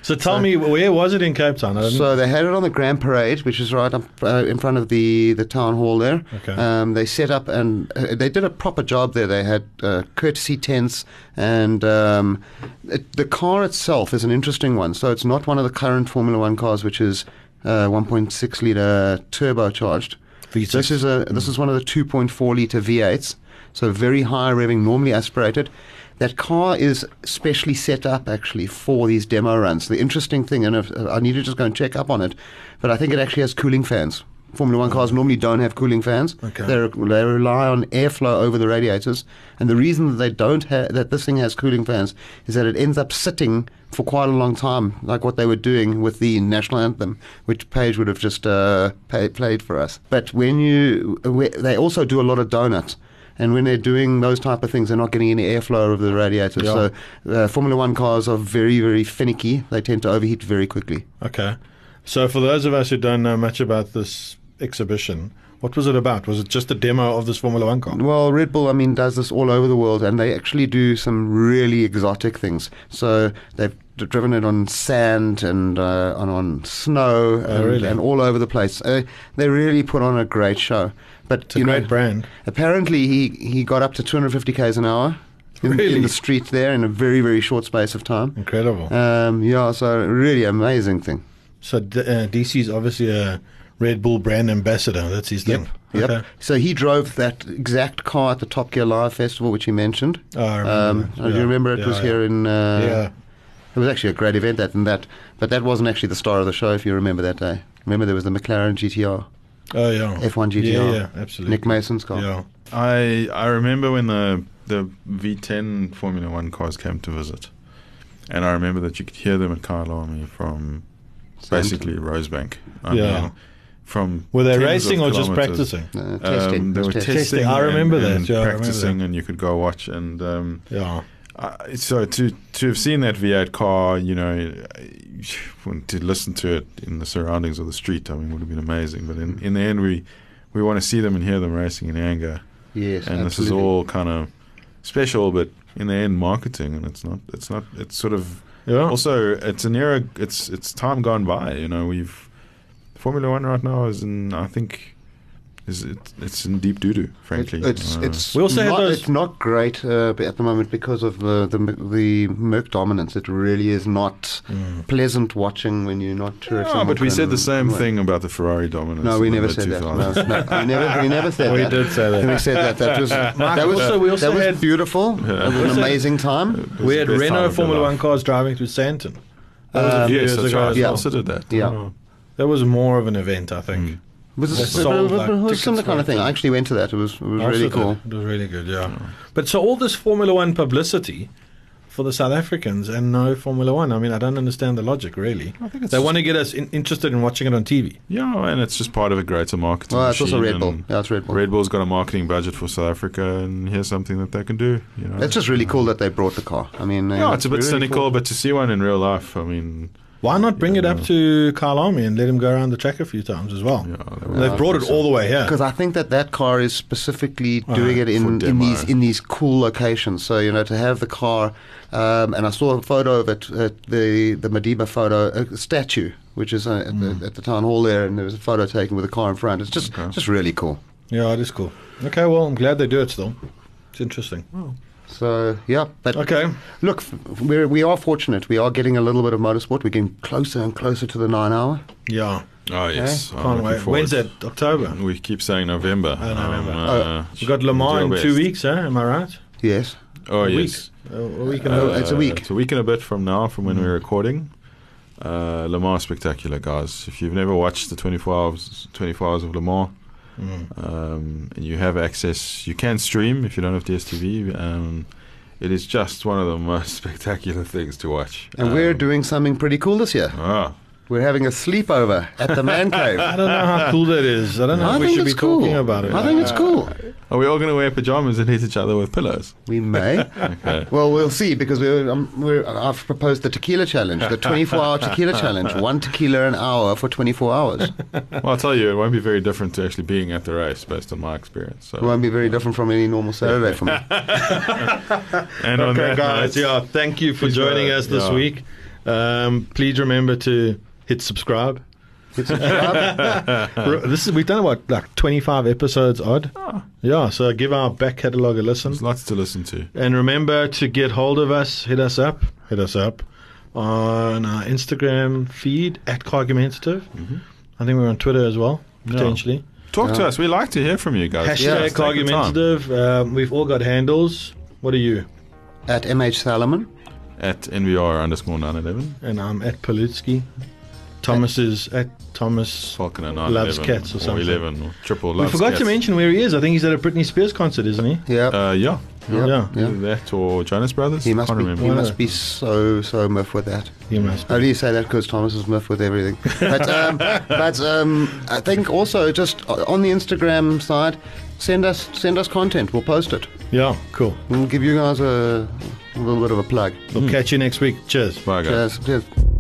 Speaker 4: So tell me, where was it in Cape Town? I didn't-
Speaker 3: so they had it on the Grand Parade, which is right up uh, in front of the, the town hall there.
Speaker 4: Okay.
Speaker 3: Um, they set up and uh, they did a proper job there. They had uh, courtesy tents, and um, it, the car itself is an interesting one. So it's not one of the current Formula One cars, which is uh, 1.6 liter turbocharged.
Speaker 4: V6.
Speaker 3: This is a this is one of the 2.4 liter V8s, so very high revving, normally aspirated. That car is specially set up actually for these demo runs. The interesting thing, and if, I need to just go and check up on it, but I think it actually has cooling fans. Formula One cars normally don't have cooling fans.
Speaker 4: Okay.
Speaker 3: They, re- they rely on airflow over the radiators, and the reason that they don't ha- that this thing has cooling fans is that it ends up sitting for quite a long time, like what they were doing with the national anthem, which Page would have just uh, pay, played for us. But when you, wh- they also do a lot of donuts. And when they're doing those type of things, they're not getting any airflow over the radiators.
Speaker 4: Yeah.
Speaker 3: So uh, Formula One cars are very, very finicky. They tend to overheat very quickly.
Speaker 4: Okay. So for those of us who don't know much about this exhibition, what was it about? Was it just a demo of this Formula One car?
Speaker 3: Well, Red Bull, I mean, does this all over the world, and they actually do some really exotic things. So they've d- driven it on sand and uh, on, on snow and,
Speaker 4: Oh, really?
Speaker 3: and all over the place. Uh, they really put on a great show. But
Speaker 4: It's a great brand.
Speaker 3: Apparently, he, he got up to 250 k's an hour in, in
Speaker 4: Really?
Speaker 3: the street there in a very very short space of time.
Speaker 4: Incredible.
Speaker 3: Um, yeah, so really amazing thing.
Speaker 4: So D- uh, DC is obviously a Red Bull brand ambassador. That's his thing.
Speaker 3: Yep.
Speaker 4: Okay.
Speaker 3: So he drove that exact car at the Top Gear Live Festival, which you mentioned. Um,
Speaker 4: Oh, I remember that.
Speaker 3: Do
Speaker 4: Yeah.
Speaker 3: you remember it
Speaker 4: Yeah,
Speaker 3: was
Speaker 4: yeah.
Speaker 3: here in? Uh,
Speaker 4: Yeah.
Speaker 3: It was actually a great event that and that, but that wasn't actually the star of the show. If you remember that day, remember there was the McLaren GTR,
Speaker 4: Oh yeah.
Speaker 3: F1 GTR,
Speaker 4: Yeah, yeah, absolutely.
Speaker 3: Nick Mason's car.
Speaker 4: Yeah.
Speaker 2: I I remember when the the V10 Formula One cars came to visit, and I remember that you could hear them at Kyle Army from basically Rosebank. I
Speaker 4: Yeah.
Speaker 2: from
Speaker 4: Were they
Speaker 2: tens of
Speaker 4: racing or just
Speaker 2: kilometers.
Speaker 4: practicing?
Speaker 3: Uh, testing.
Speaker 2: Um, they
Speaker 3: It was
Speaker 2: were
Speaker 3: testing.
Speaker 2: testing.
Speaker 4: Testing, I
Speaker 2: and-
Speaker 4: remember that,
Speaker 2: and
Speaker 4: yeah, I remember
Speaker 2: practicing, and you could go watch. And um,
Speaker 4: Yeah.
Speaker 2: I so to to have seen that V8 car, you know, when- to listen to it in the surroundings of the street, I mean, would have been amazing. But in, in the end, we we want to see them and hear them racing in anger,
Speaker 3: Yes,
Speaker 2: and this is
Speaker 3: absolutely.
Speaker 2: all kind of special. But in the end, marketing, and it's not it's not it's sort of
Speaker 4: Yeah.
Speaker 2: also it's an era. It's it's time gone by. You know, we've Formula One right now is in I think is it, it's in deep doo doo. Frankly,
Speaker 3: It's
Speaker 2: Uh,
Speaker 3: it's
Speaker 4: We also had
Speaker 3: not,
Speaker 4: those-
Speaker 3: it's not great uh, at the moment because of uh, the the the Merc dominance. It really is not
Speaker 4: Hmm.
Speaker 3: pleasant watching when you're not sure. if
Speaker 2: No,
Speaker 3: someone
Speaker 2: but we said the
Speaker 3: can
Speaker 2: same
Speaker 3: win.
Speaker 2: thing about the Ferrari dominance.
Speaker 3: No, we
Speaker 2: in the
Speaker 3: never
Speaker 2: mid
Speaker 3: said that.
Speaker 2: 2000s.
Speaker 3: No, no, we never, we never said
Speaker 4: We
Speaker 3: that.
Speaker 4: did say that.
Speaker 3: We said that. That was that was,
Speaker 4: also- we also
Speaker 3: that was
Speaker 4: had-
Speaker 3: beautiful. It was an
Speaker 4: Also-
Speaker 3: amazing time.
Speaker 2: was
Speaker 4: We
Speaker 2: the
Speaker 4: had
Speaker 2: best time
Speaker 4: Renault
Speaker 2: of their
Speaker 4: Formula
Speaker 2: life.
Speaker 4: One cars driving through Santon. That was a few
Speaker 2: yes,
Speaker 4: years
Speaker 2: that's
Speaker 4: ago.
Speaker 2: right.
Speaker 4: as
Speaker 2: I
Speaker 3: Yeah.
Speaker 4: well.
Speaker 2: considered that.
Speaker 3: Yeah.
Speaker 2: Oh.
Speaker 4: That was more of an event, I think.
Speaker 2: Mm.
Speaker 3: Was
Speaker 4: They
Speaker 3: this,
Speaker 4: sold,
Speaker 3: it
Speaker 4: like,
Speaker 3: was a
Speaker 4: tickets
Speaker 3: similar kind of
Speaker 4: for it.
Speaker 3: thing. I actually went to that. It was it was
Speaker 4: I also
Speaker 3: really
Speaker 4: did.
Speaker 3: cool.
Speaker 4: It was really good, yeah. But so all this Formula One publicity for the South Africans and no Formula One. I mean, I don't understand the logic really.
Speaker 2: I think it's
Speaker 4: they
Speaker 2: just-
Speaker 4: want to get us in- interested in watching it on TV.
Speaker 2: Yeah, and it's just part of a greater marketing.
Speaker 4: Well, it's also
Speaker 2: machine
Speaker 4: Red Bull.
Speaker 2: and
Speaker 4: Yeah, it's Red Bull.
Speaker 2: Red Bull's got a marketing budget for South Africa, and here's something that they can do. You know,
Speaker 3: It's just really cool that they brought the car. I mean, uh,
Speaker 2: yeah, it's a bit cynical, but to see one in real life, I mean,
Speaker 4: Why not bring it up to Kyle Army and let him go around the track a few times as well? They've brought it all the way here.
Speaker 3: because I think that that car is specifically
Speaker 2: Ah,
Speaker 4: Oh,
Speaker 3: doing it in,
Speaker 4: for
Speaker 3: in
Speaker 4: demo.
Speaker 3: these in these cool locations. So you know, to have the car, um, and I saw a photo of it, uh, the the Madiba photo uh, statue, which is uh, at,
Speaker 2: Mm.
Speaker 3: the, at the town hall there, and there was a photo taken with a car in front. It's just just really cool.
Speaker 4: Yeah, it is cool. Okay, well, I'm glad they do it still. It's interesting.
Speaker 3: Oh. So yeah, but
Speaker 4: okay.
Speaker 3: Look, f- we're, we are fortunate. We are getting a little bit of motorsport. We're getting closer and closer to the nine hour.
Speaker 4: Yeah.
Speaker 2: Oh yes,
Speaker 3: Eh?
Speaker 2: I'm
Speaker 3: Can't
Speaker 2: looking
Speaker 3: wait.
Speaker 2: forward.
Speaker 3: When's
Speaker 4: that? October.
Speaker 2: We keep saying November.
Speaker 4: Oh, November.
Speaker 2: Um,
Speaker 4: Oh, we got Le Mans
Speaker 2: do
Speaker 4: in
Speaker 2: our
Speaker 4: two
Speaker 2: best.
Speaker 4: weeks, huh? Am I right?
Speaker 3: Yes. Oh,
Speaker 2: Oh
Speaker 4: A week.
Speaker 2: yes,
Speaker 4: A- a week and
Speaker 2: Uh,
Speaker 4: a- it's a week.
Speaker 2: It's a week and a bit from now, from when
Speaker 4: Mm.
Speaker 2: we're recording. Uh, Le Mans spectacular, guys. If you've never watched the 24 hours, 24 hours of Le Mans,
Speaker 4: Mm.
Speaker 2: um, and you have access, you can stream if you don't have DSTV. Um, it is just one of the most spectacular things to watch.
Speaker 3: And we're doing something pretty cool this year.
Speaker 2: um, Ah.
Speaker 3: We're having a sleepover at the man cave.
Speaker 4: I don't know how cool that is. I don't know
Speaker 3: I
Speaker 4: if we
Speaker 3: think
Speaker 4: should be
Speaker 3: it's cool.
Speaker 4: talking about it.
Speaker 3: I think
Speaker 2: Uh,
Speaker 3: it's cool.
Speaker 2: Are we all going to wear pajamas and hit each other with pillows?
Speaker 3: We may.
Speaker 2: okay.
Speaker 3: Well, we'll see because we're, um, we're, I've proposed the tequila challenge, the 24 hour tequila challenge. One tequila an hour for 24 hours.
Speaker 2: Well, I'll tell you, it won't be very different to actually being at the race, based on my experience. So.
Speaker 3: It won't be very different from any normal Saturday for me.
Speaker 2: And on
Speaker 4: okay,
Speaker 2: that
Speaker 4: guys.
Speaker 2: note-
Speaker 4: yeah, thank you for
Speaker 2: Please, uh,
Speaker 4: joining us this
Speaker 2: yeah.
Speaker 4: week. Um, please remember to hit subscribe.
Speaker 3: Hit subscribe.
Speaker 4: Re- this is we've done about like twenty five episodes odd.
Speaker 3: Oh.
Speaker 4: Yeah, so give our back catalogue a listen. There's
Speaker 2: lots to listen to.
Speaker 4: And remember to get hold of us. Hit us up. Hit us up on our Instagram feed at Cargumentative. I think we're on Twitter as well
Speaker 2: Yeah.
Speaker 4: potentially.
Speaker 2: Talk to
Speaker 4: Yeah.
Speaker 2: us. We like to hear from you guys.
Speaker 4: Hashtag
Speaker 2: Please take the time.
Speaker 4: argumentative. Um, we've all got handles. What are you?
Speaker 3: At MH Salomon.
Speaker 2: At NVR underscore 911.
Speaker 4: And I'm at Palutsky. Thomas is at Thomas
Speaker 2: Falconer
Speaker 4: Loves cats or something.
Speaker 2: 11 or triple
Speaker 4: we
Speaker 2: loves
Speaker 4: forgot
Speaker 2: cats.
Speaker 4: to mention where he is. I think he's at a Britney Spears concert, isn't he?
Speaker 3: Yeah.
Speaker 2: Uh, yeah.
Speaker 4: Yeah. Yeah.
Speaker 2: Either That or Jonas Brothers.
Speaker 3: He must
Speaker 2: Can't
Speaker 3: be.
Speaker 2: remember.
Speaker 3: He must be so so miffed with that.
Speaker 4: He must.
Speaker 3: Only you say that because Thomas is miffed with everything. But um, but um, I think also just o- on the Instagram side, send us send us content. We'll post it.
Speaker 4: Yeah, cool.
Speaker 3: We'll give you guys a, little bit of a plug.
Speaker 4: Hmm. We'll catch you next week. Cheers.
Speaker 2: Bye,
Speaker 3: Cheers. Cheers.